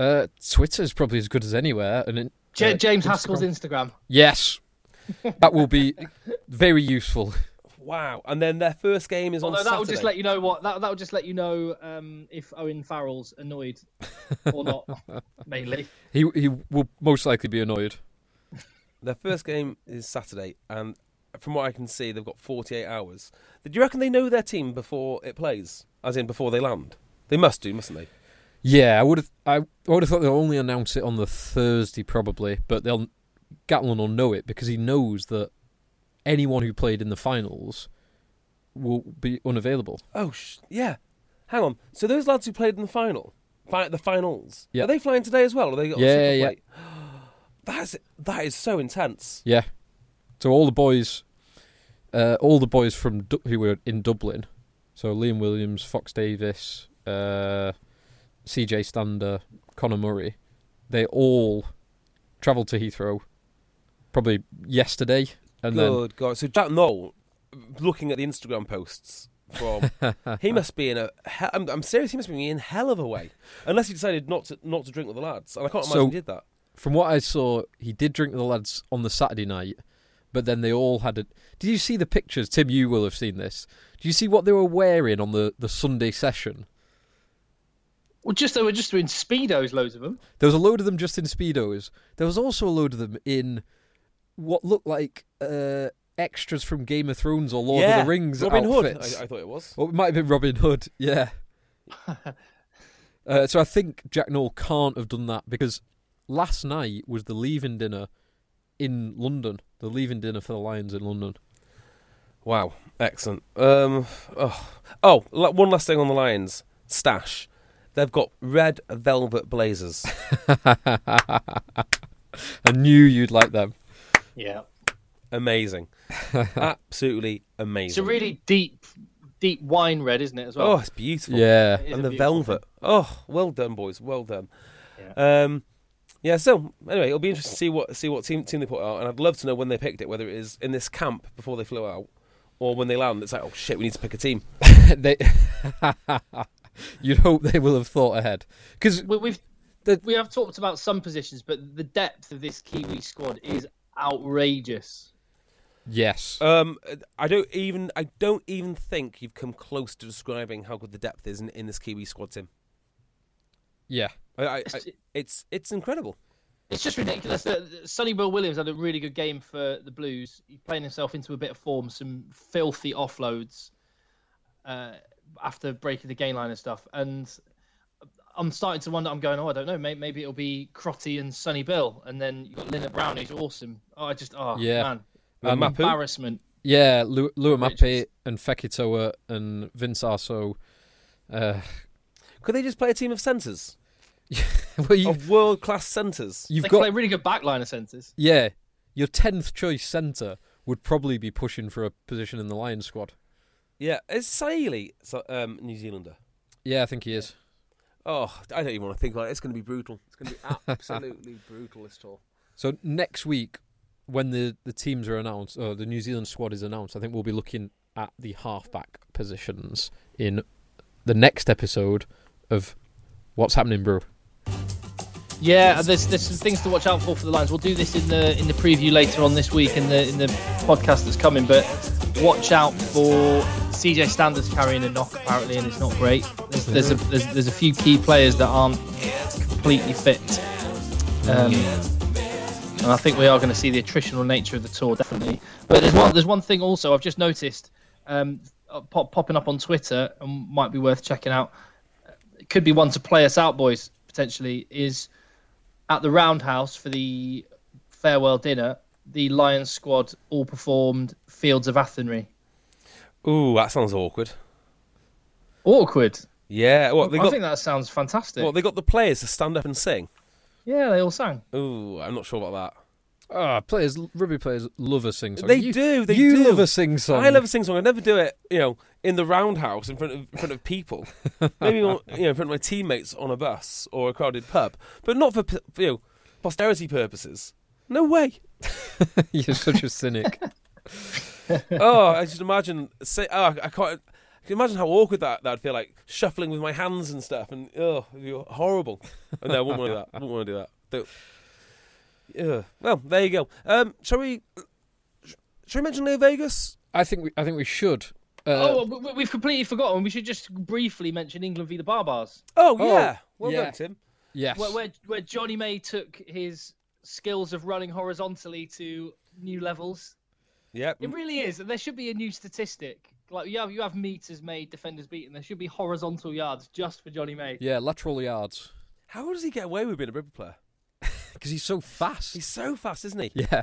Uh, Twitter's probably as good as anywhere, and in,
J-
uh,
James Haskell's Instagram.
Yes. That will be very useful.
Wow. And then their first game is
Although
on
that
Saturday.
will just let you know what that that will just let you know um, if Owen Farrell's annoyed or not, mainly.
He he will most likely be annoyed.
Their first game is Saturday and from what I can see they've got 48 hours. Do you reckon they know their team before it plays? As in before they land? They must do, mustn't they?
Yeah, I would have I would have thought they'll only announce it on the Thursday probably, but they'll Gatlin will know it because he knows that anyone who played in the finals will be unavailable.
Oh, sh- yeah. Hang on. So those lads who played in the final, fi- the finals,
Yeah.
are they flying today as well? Or they got a
Yeah,
separate
yeah.
flight? That's, that is so intense.
Yeah. So all the boys uh, all the boys from Du- who were in Dublin. So Liam Williams, Fox Davis, uh, CJ Stander, Connor Murray, they all travelled to Heathrow probably yesterday and then
Good God. So Jack Noel, looking at the Instagram posts from, he must be in a. He- I'm, I'm serious. He must be in hell of a way, unless he decided not to not to drink with the lads. And I can't imagine
So-
he did that.
from what I saw, he did drink with the lads on the Saturday night, But then they all had a. Did you see the pictures? Tim, you will have seen this. Do you see what they were wearing on the, the Sunday session?
Well, just they were just doing speedos, loads of them.
There was a load of them just in speedos. There was also a load of them in what looked like uh, extras from Game of Thrones or Lord
yeah.
of the Rings
Robin
outfits.
Hood. I, I thought it was.
Well, it might have been Robin Hood, yeah. uh, so I think Jack Noel can't have done that because last night was the leaving dinner in London, the leaving dinner for the Lions in London.
Wow, excellent. Um, oh, oh, la- one last thing on the Lions stash. They've got red velvet blazers.
I knew you'd like them.
Yeah.
amazing, absolutely amazing.
It's a really deep, deep wine red, isn't it? As well.
oh, it's beautiful.
Yeah.
It is
and
a
the
beautiful
velvet. Oh, well done, boys. Well done.
Yeah.
Um, yeah. So anyway, it'll be interesting to see what see what team team they put out, and I'd love to know when they picked it, whether it is in this camp before they flew out, or when they land. It's like, oh shit, we need to pick a team.
they You'd hope they will have thought ahead. Because
We, we've
The-
we have talked about some positions, but the depth of this Kiwi squad is outrageous.
yes,
Um, I don't even I don't even think you've come close to describing how good the depth is in, in this Kiwi squad, Tim.
yeah,
I, I, I, it's it's incredible.
It's just ridiculous that Sonny Bill Williams had a really good game for the Blues. He's playing himself into a bit of form, some filthy offloads uh, after breaking the game line and stuff. And I'm starting to wonder, I'm going, oh, I don't know, maybe, maybe it'll be Crotty and Sonny Bill. And then you've got Leonard Brown, who's awesome. Oh, I just, oh,
Yeah.
man.
Um, Mapu?
embarrassment.
yeah. Lu- Luamape
Richards.
and Fekitoa and Vince Arso. Uh,
Could they just play a team of centres,
well, you,
of world class centres?
you've
They
got
play really good backline of centres.
Yeah, your tenth choice centre would probably be pushing for a position in the Lions squad.
Yeah, is Saili so- um, New Zealander?
Yeah, I think he is.
Oh, I don't even want to think about it. It's going to be brutal. It's going to be absolutely brutal this tour.
So next week, when the the teams are announced, or the New Zealand squad is announced, I think we'll be looking at the halfback positions in the next episode of what's happening, bro.
Yeah, and there's there's some things to watch out for for the Lions. We'll do this in the in the preview later on this week in the in the podcast that's coming. But watch out for CJ Standards carrying a knock apparently, and it's not great. There's there's a, there's, there's a few key players that aren't completely fit, um, and I think we are going to see the attritional nature of the tour definitely. But there's one there's one thing also I've just noticed um, uh, pop, popping up on Twitter and might be worth checking out. It could be one to play us out, boys. Potentially is at the Roundhouse for the farewell dinner, the Lions squad all performed Fields of Athenry.
Ooh, that sounds awkward.
Awkward.
Yeah, what they
I
got?
think that sounds fantastic.
What they got the players to stand up and sing?
yeah, they all sang.
Ooh, I'm not sure about
Ah, players, rugby players love a sing song.
They do, they
you
do.
love a sing
that.
song.
I love a sing song. I never do it, you know, in the roundhouse in front of in front of people. Maybe on- you know in front of my teammates on a bus or a crowded pub, but not for p- you know posterity purposes. No way.
You're such a cynic.
oh, I just imagine. Say, oh, I can't. I can imagine how awkward that that'd feel like shuffling with my hands and stuff, and oh, it'd be horrible. Oh, no, I wouldn't want to do that. I wouldn't want to do that. Don't. Ugh. Well, there you go. Um, shall we? sh- Shall we mention Leo Vegas?
I think we, I think we should. Uh,
oh, we, we- we've completely forgotten. We should just briefly mention England v the Barbars,
Oh,
Oh,
yeah. Well
yeah.
done, Tim.
yes.
where, where where Johnny May took his skills of running horizontally to new levels.
Yep.
It really is. There should be a new statistic. Like you have you have meters made, defenders beaten. There should be horizontal yards just for Johnny May.
yeah, lateral yards
How does he get away with being a rugby player?
because he's so fast.
He's so fast, isn't he?
Uh,
yeah.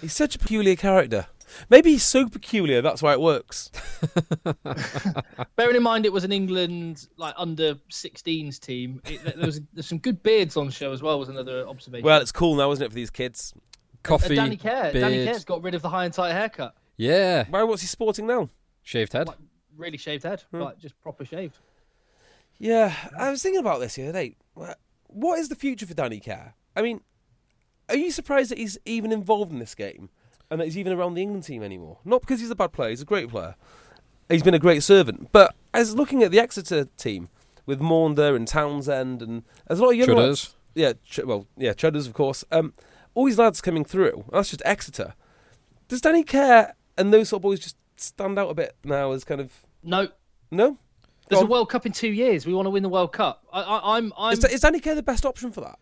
He's such a peculiar character. Maybe he's so peculiar that's why it works.
Bearing in mind it was an England like under 16s team, it, there was there's some good beards on show as well. Was another observation.
Well, it's cool now, isn't it, for these kids?
Uh,
Coffee.
Danny Care, Danny
beard.
Care's got rid of the high and tight haircut.
Yeah.
Why? What's he sporting now?
Shaved head.
Really shaved head, like just proper shaved.
Yeah, I was thinking about this the other day. Wha- What is the future for Danny Kerr? I mean, are you surprised that he's even involved in this game and that he's even around the England team anymore? Not because he's a bad player, he's a great player. He's been a great servant. But as looking at the Exeter team with Maunder and Townsend and there's a lot of young
Chudders.
lads- Yeah, ch- well, yeah, Chudders, of course. Um, all these lads coming through, that's just Exeter. Does Danny care? And those sort of boys just stand out a bit now as kind of
No,
no.
there's
Go
a
on.
World Cup in two years. We want to win the World Cup. I, I, I'm, I'm.
Is, Da- is Danny Care the best option for that?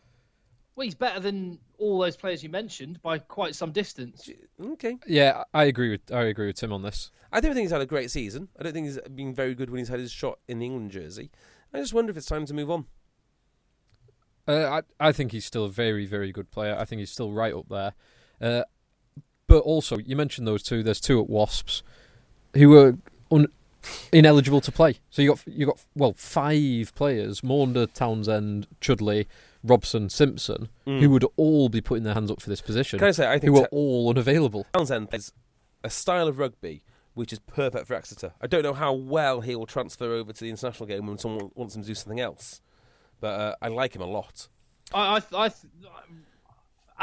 Well, he's better than all those players you mentioned by quite some distance.
Okay.
Yeah, I agree with I agree with Tim on this.
I don't think he's had a great season. I don't think he's been very good when he's had his shot in the England jersey. I just wonder if it's time to move on.
Uh, I I think he's still a very very good player. I think he's still right up there. Uh, but also, you mentioned those two. There's two at Wasps who were un- ineligible to play. So you got you got well five players: Maunder, Townsend, Chudley, Robson, Simpson, who would all be putting their hands up for this position.
Hmm. Can I say, I think
who
Ta-
are all unavailable.
Townsend is a style of rugby which is perfect for Exeter. I don't know how well he will transfer over to the international game when someone wants him to do something else, but uh, I like him a lot.
I, I, I,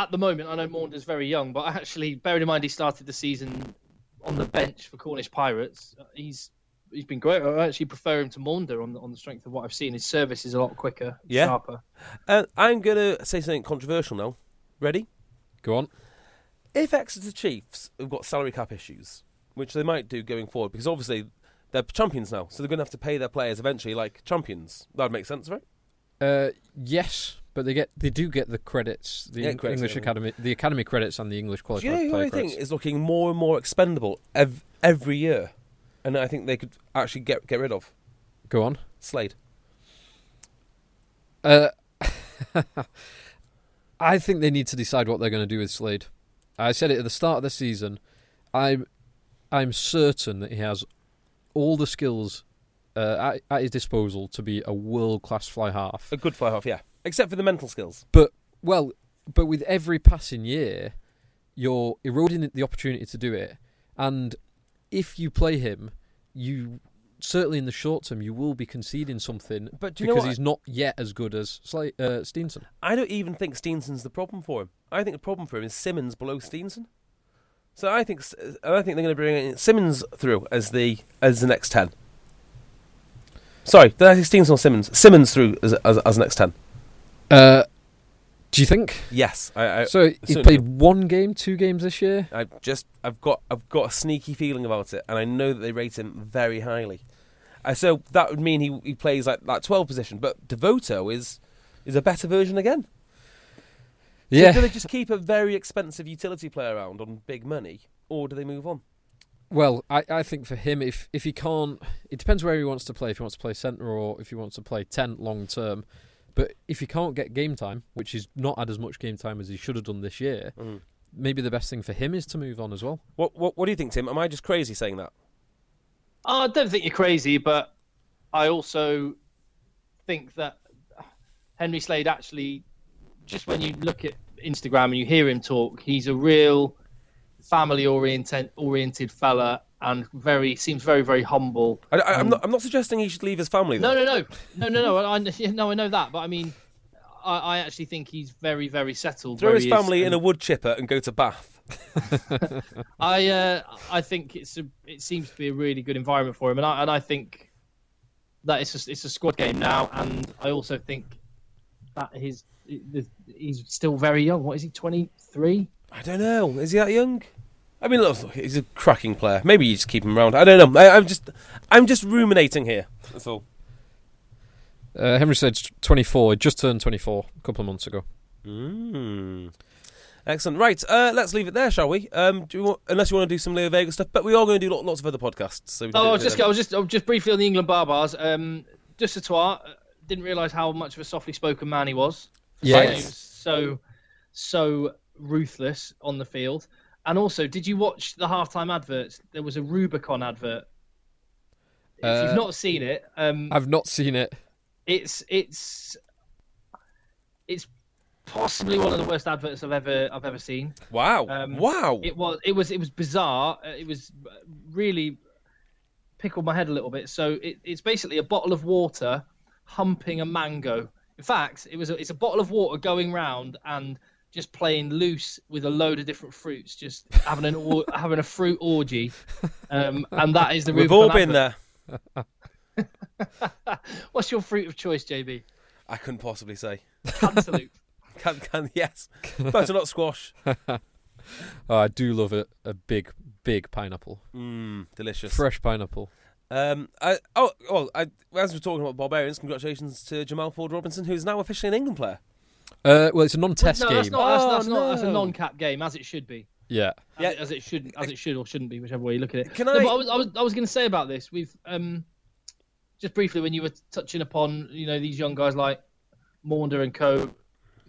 at the moment, I know Maunder's very young, but I actually, bearing in mind he started the season on the bench for Cornish Pirates, uh, he's he's been great. I actually prefer him to Maunder on the, on the strength of what I've seen. His service is a lot quicker,
Yeah.
sharper.
Uh, I'm going to say something controversial now. Ready?
Go on.
if Exeter Chiefs have got salary cap issues, which they might do going forward, because obviously they're champions now, so they're going to have to pay their players eventually like champions. That would make sense, right?
Uh, yes, but they get they do get the credits, the
Yeah,
Eng-
credits,
English
yeah.
Academy, the Academy credits, and the English
Do
qualified
you know who
player
I think
credits.
is looking more and more expendable ev- every year, and I think they could actually get get rid of
Go on.
Slade.
Uh, I think they need to decide what they're going to do with Slade. I said it at the start of the season. I'm, I'm certain that he has all the skills uh, at, at his disposal to be a world class fly half.
A good fly half, yeah, except for the mental skills.
But well, but with every passing year, you're eroding the opportunity to do it. And if you play him, you certainly in the short term you will be conceding something.
But do you know
because
what?
he's not yet as good as Sla- uh, Steenson.
I don't even think Steenson's the problem for him. I think the problem for him is Simmons below Steenson. So I think S- uh, I think they're going to bring in Simmons through as the as the next ten. Sorry, did I say Steenson or Simmons? Simmons through as as, as next ten.
Uh, do you think?
Yes, I, I,
so he
certainly-
played one game, two games this year.
I just I've got I've got a sneaky feeling about it, and I know that they rate him very highly. Uh, so that would mean he he plays like that twelve position, but Devoto is is a better version again. So
Yeah.
do they just keep a very expensive utility player around on big money, or do they move on?
Well, I, I think for him, if if he can't, it depends where he wants to play. If he wants to play centre or if he wants to play ten long term. But if he can't get game time, which he's not had as much game time as he should have done this year, maybe the best thing for him is to move on as well.
What, what What do you think, Tim? Am I just crazy saying that?
Oh, I don't think you're crazy, but I also think that Henry Slade actually, just when you look at Instagram and you hear him talk, he's a real family oriented oriented fella and very seems very very humble.
I, I, I'm not. I'm not suggesting he should leave his family.
No,
Though.
no, no, no, no, no. I, I- yeah, no, I know that, but I mean, I, I actually think he's very very settled.
Throw
where
his
he is,
family in
and
a wood chipper and go to Bath.
I uh, I think it's a it seems to be a really good environment for him, and I and I think that it's a, it's a squad game now, and I also think that his he's still very young. What is he? Twenty three.
I don't know. Is he that young? I mean, look, look, he's a cracking player. Maybe you just keep him around. I don't know. I, I'm just. I'm just ruminating here. That's all.
Uh, Henry said 24, he just turned 24 a couple of months ago.
Mm. Excellent. Right. Uh, let's leave it there, shall we? Um, do you want, unless you want to do some Leo Vega stuff, but we are going to do lot, lots of other podcasts. So we can
Oh,
do- um,
I
do
was just
them.
I was just I was just briefly on the England bar bars. Um, just a twat. uh, Didn't realise how much of a softly spoken man he was.
Yeah.
He was so so ruthless on the field. And also, did you watch the halftime adverts? There was a Rubicon advert. If
Uh,
you've not seen it, um,
I've not seen it.
it's it's it's possibly one of the worst adverts I've ever I've ever seen.
Wow.
Um,
wow.
It was it was it was bizarre. Uh, It was uh, really pickled my head a little bit. So it, it's basically a bottle of water humping a mango. In fact, it was a, it's a bottle of water going round and just playing loose with a load of different fruits, just having an or, having a fruit orgy, um, and that is the
We've all
Rubicon
been
advert.
there.
What's your fruit of choice, JB?
I couldn't possibly say.
Cantaloupe.
Can, can, yes. Better not squash.
Oh, I do love a, a big, big pineapple.
Mm, delicious.
Fresh pineapple.
Um, I, oh, well, I, as we're talking about barbarians, congratulations to Jamal Ford Robinson, who is now officially an England player.
Uh, well, it's a non-test
no,
game.
that's not. That's,
Oh,
that's not. That's a
no.
non-cap game, as it should be.
Yeah.
As,
Yeah.
it, as it should, as it should or shouldn't be, whichever way you look at it.
Can
No,
I-
but I was, I was, I was going to say about this. We've um, just briefly when you were touching upon, you know, these young guys like Maunder and Co.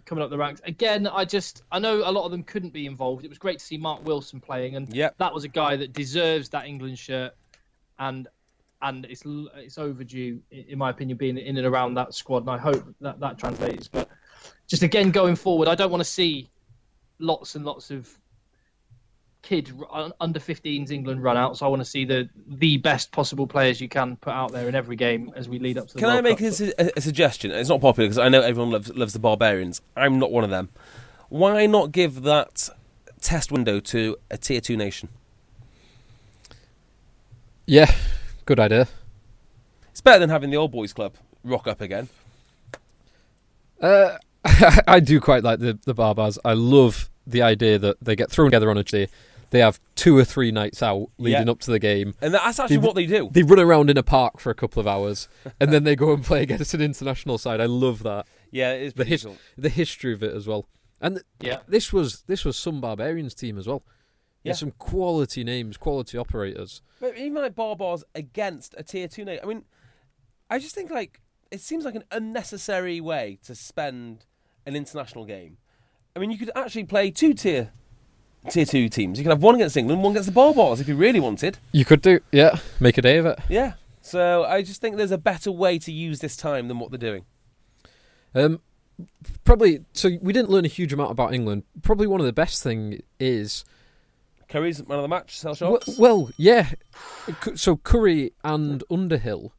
coming up the ranks. Again, I just, I know a lot of them couldn't be involved. It was great to see Mark Wilson playing, and
Yep.
that was a guy that deserves that England shirt, and and it's l- it's overdue, i- in my opinion, being in and around that squad. And I hope that that translates. But just again going forward, I don't want to see lots and lots of kid r- under 15s England run out. So I want to see the the best possible players you can put out there in every game as we lead up to the
Can I
World
make
Cup.
a, su- a, a suggestion? It's not popular because I know everyone loves, loves the barbarians. I'm not one of them. Why not give that test window to a tier two nation?
Yeah. Good idea.
It's better than having the old boys club rock up again.
Uh, I do quite like the the barbars. I love the idea that they get thrown together on a day. They have two or three nights out leading
Yeah.
up to the game.
And that's actually
They-
what they do.
They run around in a park for a couple of hours, and then they go and play against an international side. I love that
Yeah, it is
the
pretty
his-
cool.
the history of it as well. And th-
Yeah.
this was this was some barbarians team as well.
Yeah.
There's some quality names, quality operators.
But even like barbars against a tier two nation. I mean, I just think like it seems like an unnecessary way to spend an international game. I mean, you could actually play two tier tier two teams. You could have one against England, one against the barbars if you really wanted.
You could do, yeah, make a day of it.
Yeah. So I just think there's a better way to use this time than what they're doing.
Um, probably. So we didn't learn a huge amount about England. Probably one of the best thing is
Curry's man of the match, sell
Well,
shots.
well, yeah. Cu- So Curry and Underhill,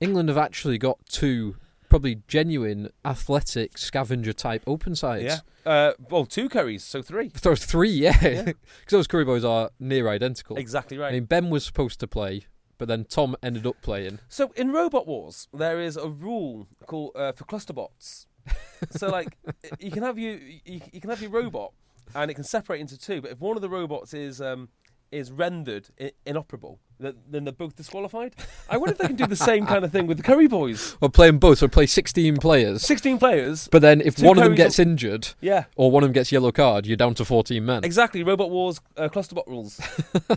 England have actually got two probably genuine athletic scavenger type open sides.
yeah. Uh, well, two curries, so three.
So three, yeah.
Yeah.
Because those Curry boys are near identical.
Exactly
I
right.
mean, Ben was supposed to play, but then Tom ended up playing.
So in Robot Wars, there is a rule called uh, for cluster bots. so like, you can have you, you you can have your robot, and it can separate into two. But if one of the robots is um, is rendered I- inoperable, th- then they're both disqualified. I wonder if they can do the same kind of thing with the Curry Boys.
Or playing both, or play 16 players.
Sixteen players.
But then if
Two
one of them
Currys on-
gets injured,
yeah,
or one of them gets yellow card, you're down to 14 men.
exactly. Robot Wars uh, cluster bot rules. Uh,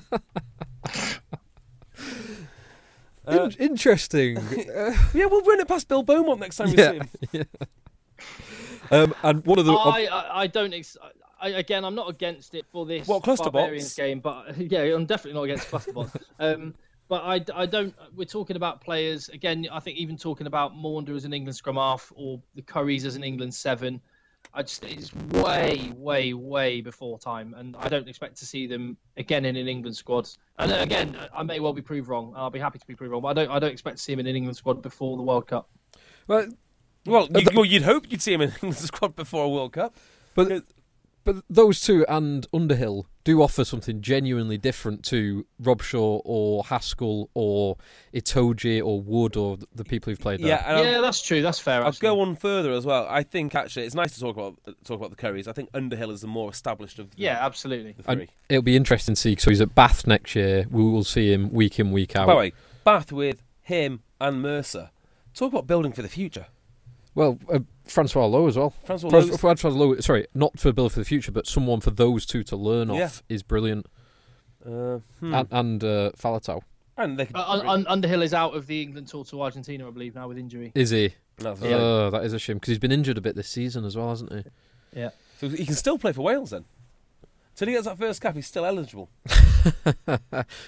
In- interesting.
yeah, we'll run it past Bill Beaumont next time we
Yeah.
see him.
um, and one of the
I, I, I don't. Ex- I, again, I'm not against it for this
What, cluster
Barbarians
bots?
game, but yeah, I'm definitely not against clusterbots. um, but I, I don't. We're talking about players again. I think even talking about Maunder as an England scrum half or the Curries as an England seven, I just it's way, way, way before time, and I don't expect to see them again in an England squad. And again, I may well be proved wrong. and I'll be happy to be proved wrong, but I don't. I don't expect to see him in an England squad before the World Cup.
well,
Well, you, well, you'd hope you'd see him in the squad before a World Cup.
But but those two and Underhill do offer something genuinely different to Robshaw or Haskell or Itoji or Wood or th- the people who've played there.
Yeah, and I'll-
yeah, that's true. That's fair.
I'll
actually.
go on further as well. I think actually it's nice to talk about talk about the Currys. I think Underhill is the more established of the,
Yeah, absolutely.
the
And
three.
it'll be interesting to see. So he's at Bath next year. We will see him week in week out.
By the way, Bath with him and Mercer. Talk about building for the future.
Well, uh, Francois Lowe as well.
Francois
Fran-
Lowe's,
Francois Lowe, sorry, not for Bill for the future, but someone for those two to learn
Yeah.
off is brilliant.
uh, hmm.
And, and uh, Falatau
and they could,
Uh, Un- Un- Underhill is out of the England tour to Argentina, I believe, now with injury.
is he?
No, that's right.
Oh, that is a shame because he's been injured a bit this season as well, hasn't he?
Yeah.
so he can still play for Wales then. Till he gets that first cap, he's still eligible.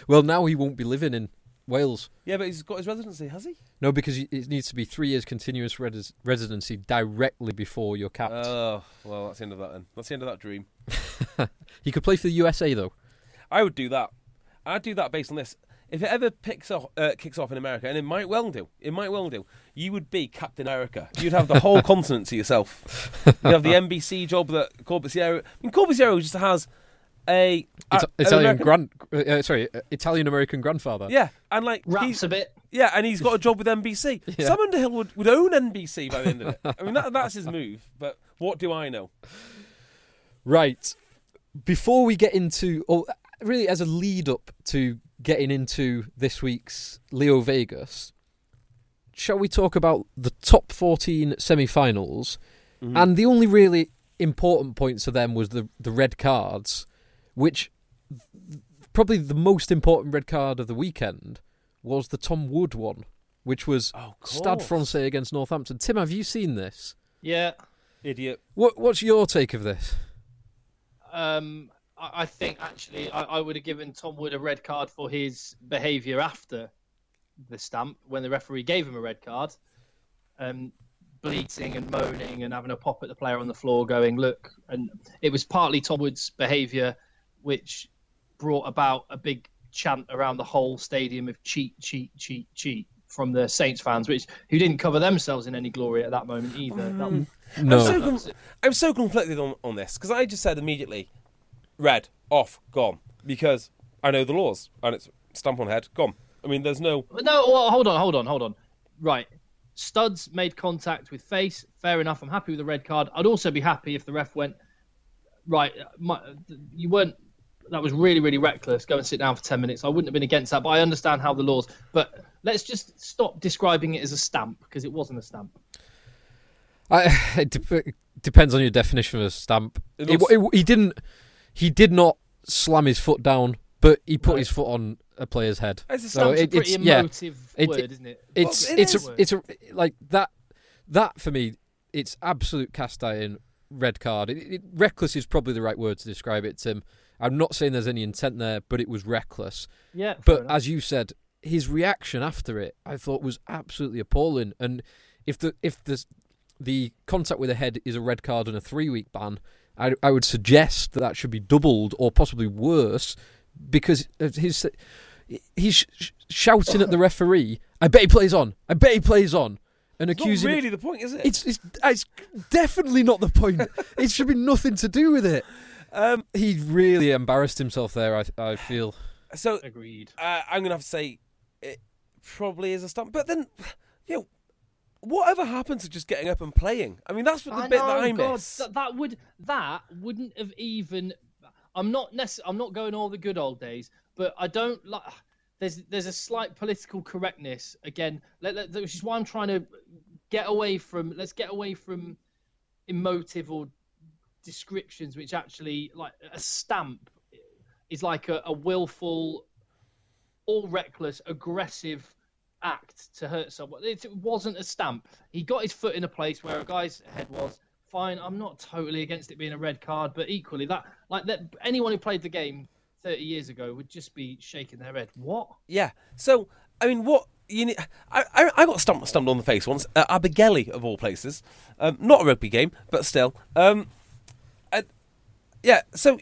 well, now he won't be living in Wales.
Yeah, but he's got his residency, has he?
No, because y- it needs to be three years continuous res- residency directly before you're capped.
Oh, well, that's the end of that then. That's the end of that dream.
he could play for the USA though.
I would do that. I'd do that based on this. If it ever picks off, uh, kicks off in America, and it might well do, it might well do, you would be Captain America. You'd have the whole continent to yourself. You'd have the NBC job that Corbusiero. I mean, Corbusiero just has a a-
Ita-
an
Italian
American-
grand, uh, sorry, uh, Italian American grandfather.
Yeah, and like
Raps
he's-
a bit.
yeah, and he's got a job with NBC.
Yeah.
Sam Underhill would, would own NBC by the end of it. I mean, that, that's his move. But what do I know?
Right. before we get into, or really as a lead up to getting into this week's Leo Vegas, shall we talk about the top 14 semi finals?
Mm-hmm.
And the only really important points to them was the, the red cards, which th- probably the most important red card of the weekend was the Tom Wood one, which was
Oh, of
Stade
course.
Francais against Northampton. Tim, have you seen this?
Yeah.
Idiot.
What What's your take of this?
Um, I, I think actually I, I would have given Tom Wood a red card for his behaviour after the stamp when the referee gave him a red card. Um, bleating and moaning and having a pop at the player on the floor, going, look. And it was partly Tom Wood's behaviour which brought about a big chant around the whole stadium of cheat, cheat, cheat, cheat from the Saints fans, which who didn't cover themselves in any glory at that moment either. That-
No.
I'm so, con- I'm so conflicted on, on this because I just said immediately, red, off, gone, because I know the laws and it's stamp on head, gone. I mean, there's no.
But No, well, hold on, hold on, hold on. Right. Studs made contact with face. Fair enough. I'm happy with the red card. I'd also be happy if the ref went, right, my, you weren't, that was really, really reckless. Go and sit down for 10 minutes. I wouldn't have been against that, but I understand how the laws. But let's just stop describing it as a stamp because it wasn't a stamp.
I, it dep- depends on your definition of a stamp.
It
It
looks-
w it- he didn't. He did not slam his foot down, but he put his foot on a player's head.
It's a
So
Stamp's a
it-
pretty
it's yeah.
emotive
It-
word,
it-
isn't it?
It's
it
it's
is.
a, it's a, like that. That for me, it's absolute cast iron red card. It, it, reckless is probably the right word to describe it, Tim. I'm not saying there's any intent there, but it was reckless.
yeah. fair
But
enough.
as you said, his reaction after it, I thought was absolutely appalling. And if the if the the contact with the head is a red card and a three week ban, I I would suggest that that should be doubled or possibly worse because of his he's sh- sh- shouting at the referee. I bet he plays on. I bet he plays on, and
It's not
accusing.
really the point, is it?
It's, it's it's definitely not the point. it should be nothing to do with it.
Um,
He really embarrassed himself there. I I feel.
so
agreed.
uh, I'm gonna have to say it probably is a stamp. But then, you know, whatever happened to just getting up and playing? I mean, that's the
I
bit
know,
that I
God,
miss.
that, that would that wouldn't have even. I'm not necess- I'm not going all the good old days, but I don't like. There's there's a slight political correctness again, let, let- which is why I'm trying to get away from. Let's get away from emotive or descriptions, which actually like a stamp is like a, a willful all reckless, aggressive act to hurt someone. It, it wasn't a stamp. He got his foot in a place where a guy's head was. Fine, I'm not totally against it being a red card, but equally that, like that, anyone who played the game 30 years ago would just be shaking their head. What?
Yeah. So I mean, what you need, I, I I got stumped stumped on the face once at Abergelli of all places. Um, not a rugby game, but still. Um, I, yeah. So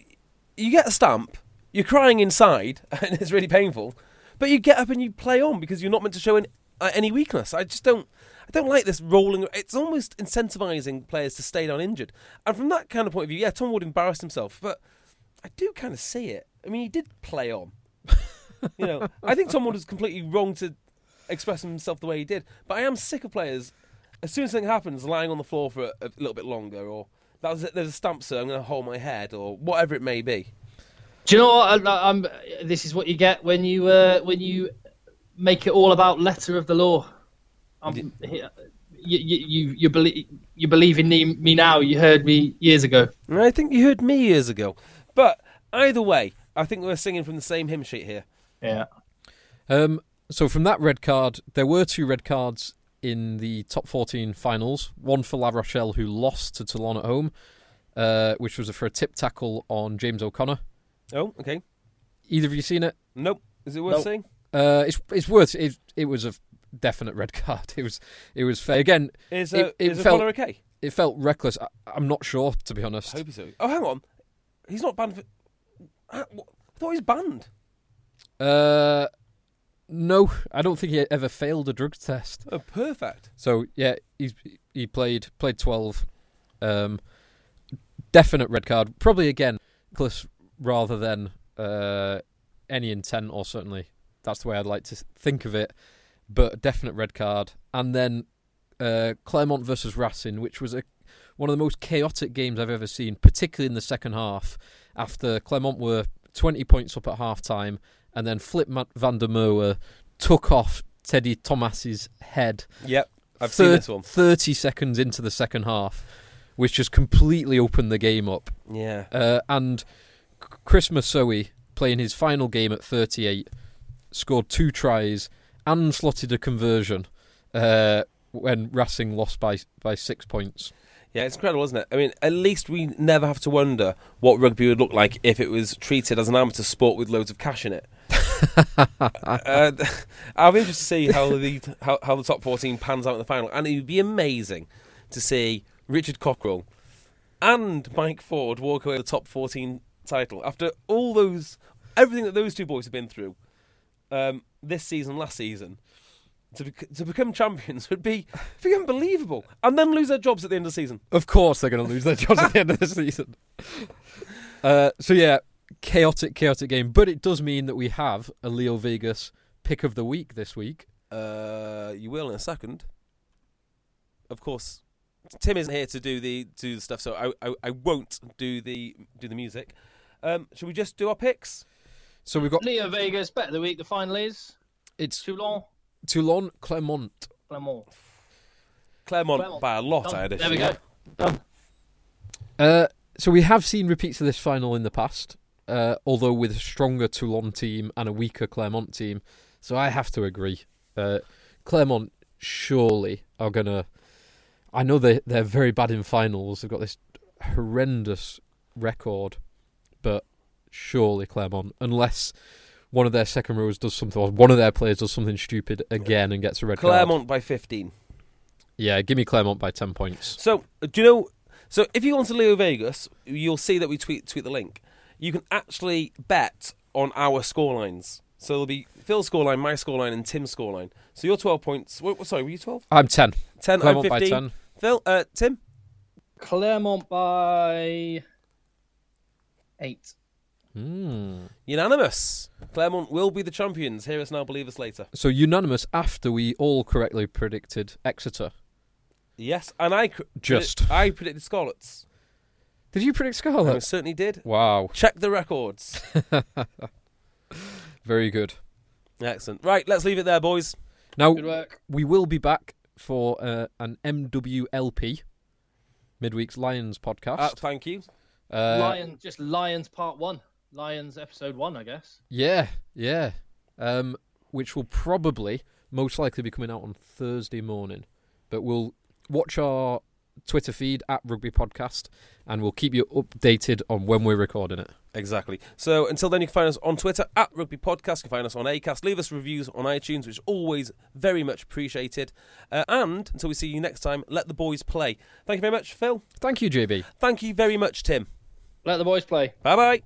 you get a stamp. You're crying inside, and it's really painful. But you get up and you play on because you're not meant to show any, uh, any weakness. I just don't. I don't like this rolling. It's almost incentivizing players to stay down injured. And from that kind of point of view, yeah, Tom Wood embarrassed himself, but I do kind of see it. I mean, he did play on. You know, I think Tom Wood was completely wrong to express himself the way he did. But I am sick of players, as soon as something happens, lying on the floor for a, a little bit longer, or that was it, there's a stamp, so I'm going to hold my head, or whatever it may be.
Do you know what? I, I'm, this is what you get when you uh, when you make it all about letter of the law. I'm, you, you, you, you, believe, you believe in me now. You heard me years ago.
And I think you heard me years ago. But either way, I think we're singing from the same hymn sheet here.
Yeah.
Um, so from that red card, there were two red cards in the top 14 finals. One for La Rochelle, who lost to Toulon at home, uh, which was for a tip tackle on James O'Connor.
Oh, okay.
Either of you seen it?
Nope. Is it worth
Nope.
saying?
Uh, it's it's worth it. It was a definite red card. It was it was fair. Again,
Is
It-
uh,
it
is
felt-
O'Connor okay?
it felt reckless. I, I'm not sure to be honest.
I hope so. Oh, hang on. He's not banned for. I I thought he was banned.
Uh, no, I don't think he ever failed a drug test.
Oh, perfect.
So yeah, he's he played played twelve. Um, definite red card. Probably again, reckless rather than uh, any intent, or certainly that's the way I'd like to think of it. But definite red card, and then uh, Claremont versus Racing, which was a one of the most chaotic games I've ever seen, particularly in the second half. after Clermont were 20 points up at half time, and then Flip Ma- van der Merwe took off Teddy Thomas's head
Yep, I've
thir-
seen this one.
30 seconds into the second half, which just completely opened the game up.
Yeah,
Uh, and C- Chris Masowi, playing his final game at 38, scored two tries and slotted a conversion uh, when Racing lost by by six points.
yeah, it's incredible, isn't it? I mean, at least we never have to wonder what rugby would look like if it was treated as an amateur sport with loads of cash in it. uh, I'll be interested to see how the how, how the top fourteen pans out in the final, and it would be amazing to see Richard Cockrell and Mike Ford walk away with the top fourteen title after all those everything that those two boys have been through um, this season, last season. To, bec- to become champions would be, would be unbelievable, and then lose their jobs at the end of the season.
Of course, they're going to lose their jobs at the end of the season. Uh, so yeah, chaotic, chaotic game. But it does mean that we have a Leo Vegas pick of the week this week.
Uh, you will in a second. Of course, Tim isn't here to do the do the stuff, so I I, I won't do the do the music. Um, should we just do our picks?
So we've got
Leo Vegas, bet of the week. The final is
it's
Toulon,
Toulon, Clermont.
Clermont.
Claremont
Clermont.
by a lot, I had
Done. There we go. Done.
Uh, so we have seen repeats of this final in the past, uh, although with a stronger Toulon team and a weaker Clermont team. So I have to agree. Uh, Clermont surely are gonna. I know they they're very bad in finals. They've got this horrendous record, but surely Clermont, unless one of their second rows does something, or one of their players does something stupid again and gets a red card.
Claremont by fifteen.
Yeah, give me Clermont by ten points.
So uh, do you know? So if you go onto Leo Vegas, you'll see that we tweet tweet the link. You can actually bet on our score lines. So there'll be Phil's scoreline, my scoreline, and Tim's scoreline. So your twelve points. What, sorry, were you twelve?
I'm ten.
Ten. I'm
Clermont
fifteen.
by ten.
Phil, uh, Tim.
Clermont by eight.
Hmm.
Unanimous. Claremont will be the champions. Hear us now, believe us later.
So unanimous after we all correctly predicted Exeter.
Yes, and I cr-
Just.
predi- I predicted Scarlets.
Did you predict
And I
Scarlet?
certainly did.
Wow,
Check the records.
very good.
Excellent. Right, let's leave it there, boys.
Now
Good work.
we will be back for uh, an MWLP midweek's Lions
Uh,
podcast.
thank you.
Uh,
Lion, just Lions part one. Lions episode one, I guess.
Yeah, yeah. Um, which will probably most likely be coming out on Thursday morning, but we'll watch our Twitter feed at Rugby Podcast, and we'll keep you updated on when we're recording it.
Exactly. So until then, you can find us on Twitter at Rugby Podcast. You can find us on Acast. Leave us reviews on iTunes, which is always very much appreciated. Uh, and until we see you next time, let the boys play. Thank you very much, Phil.
Thank you, JB.
Thank you very much, Tim.
Let the boys play.
Bye bye.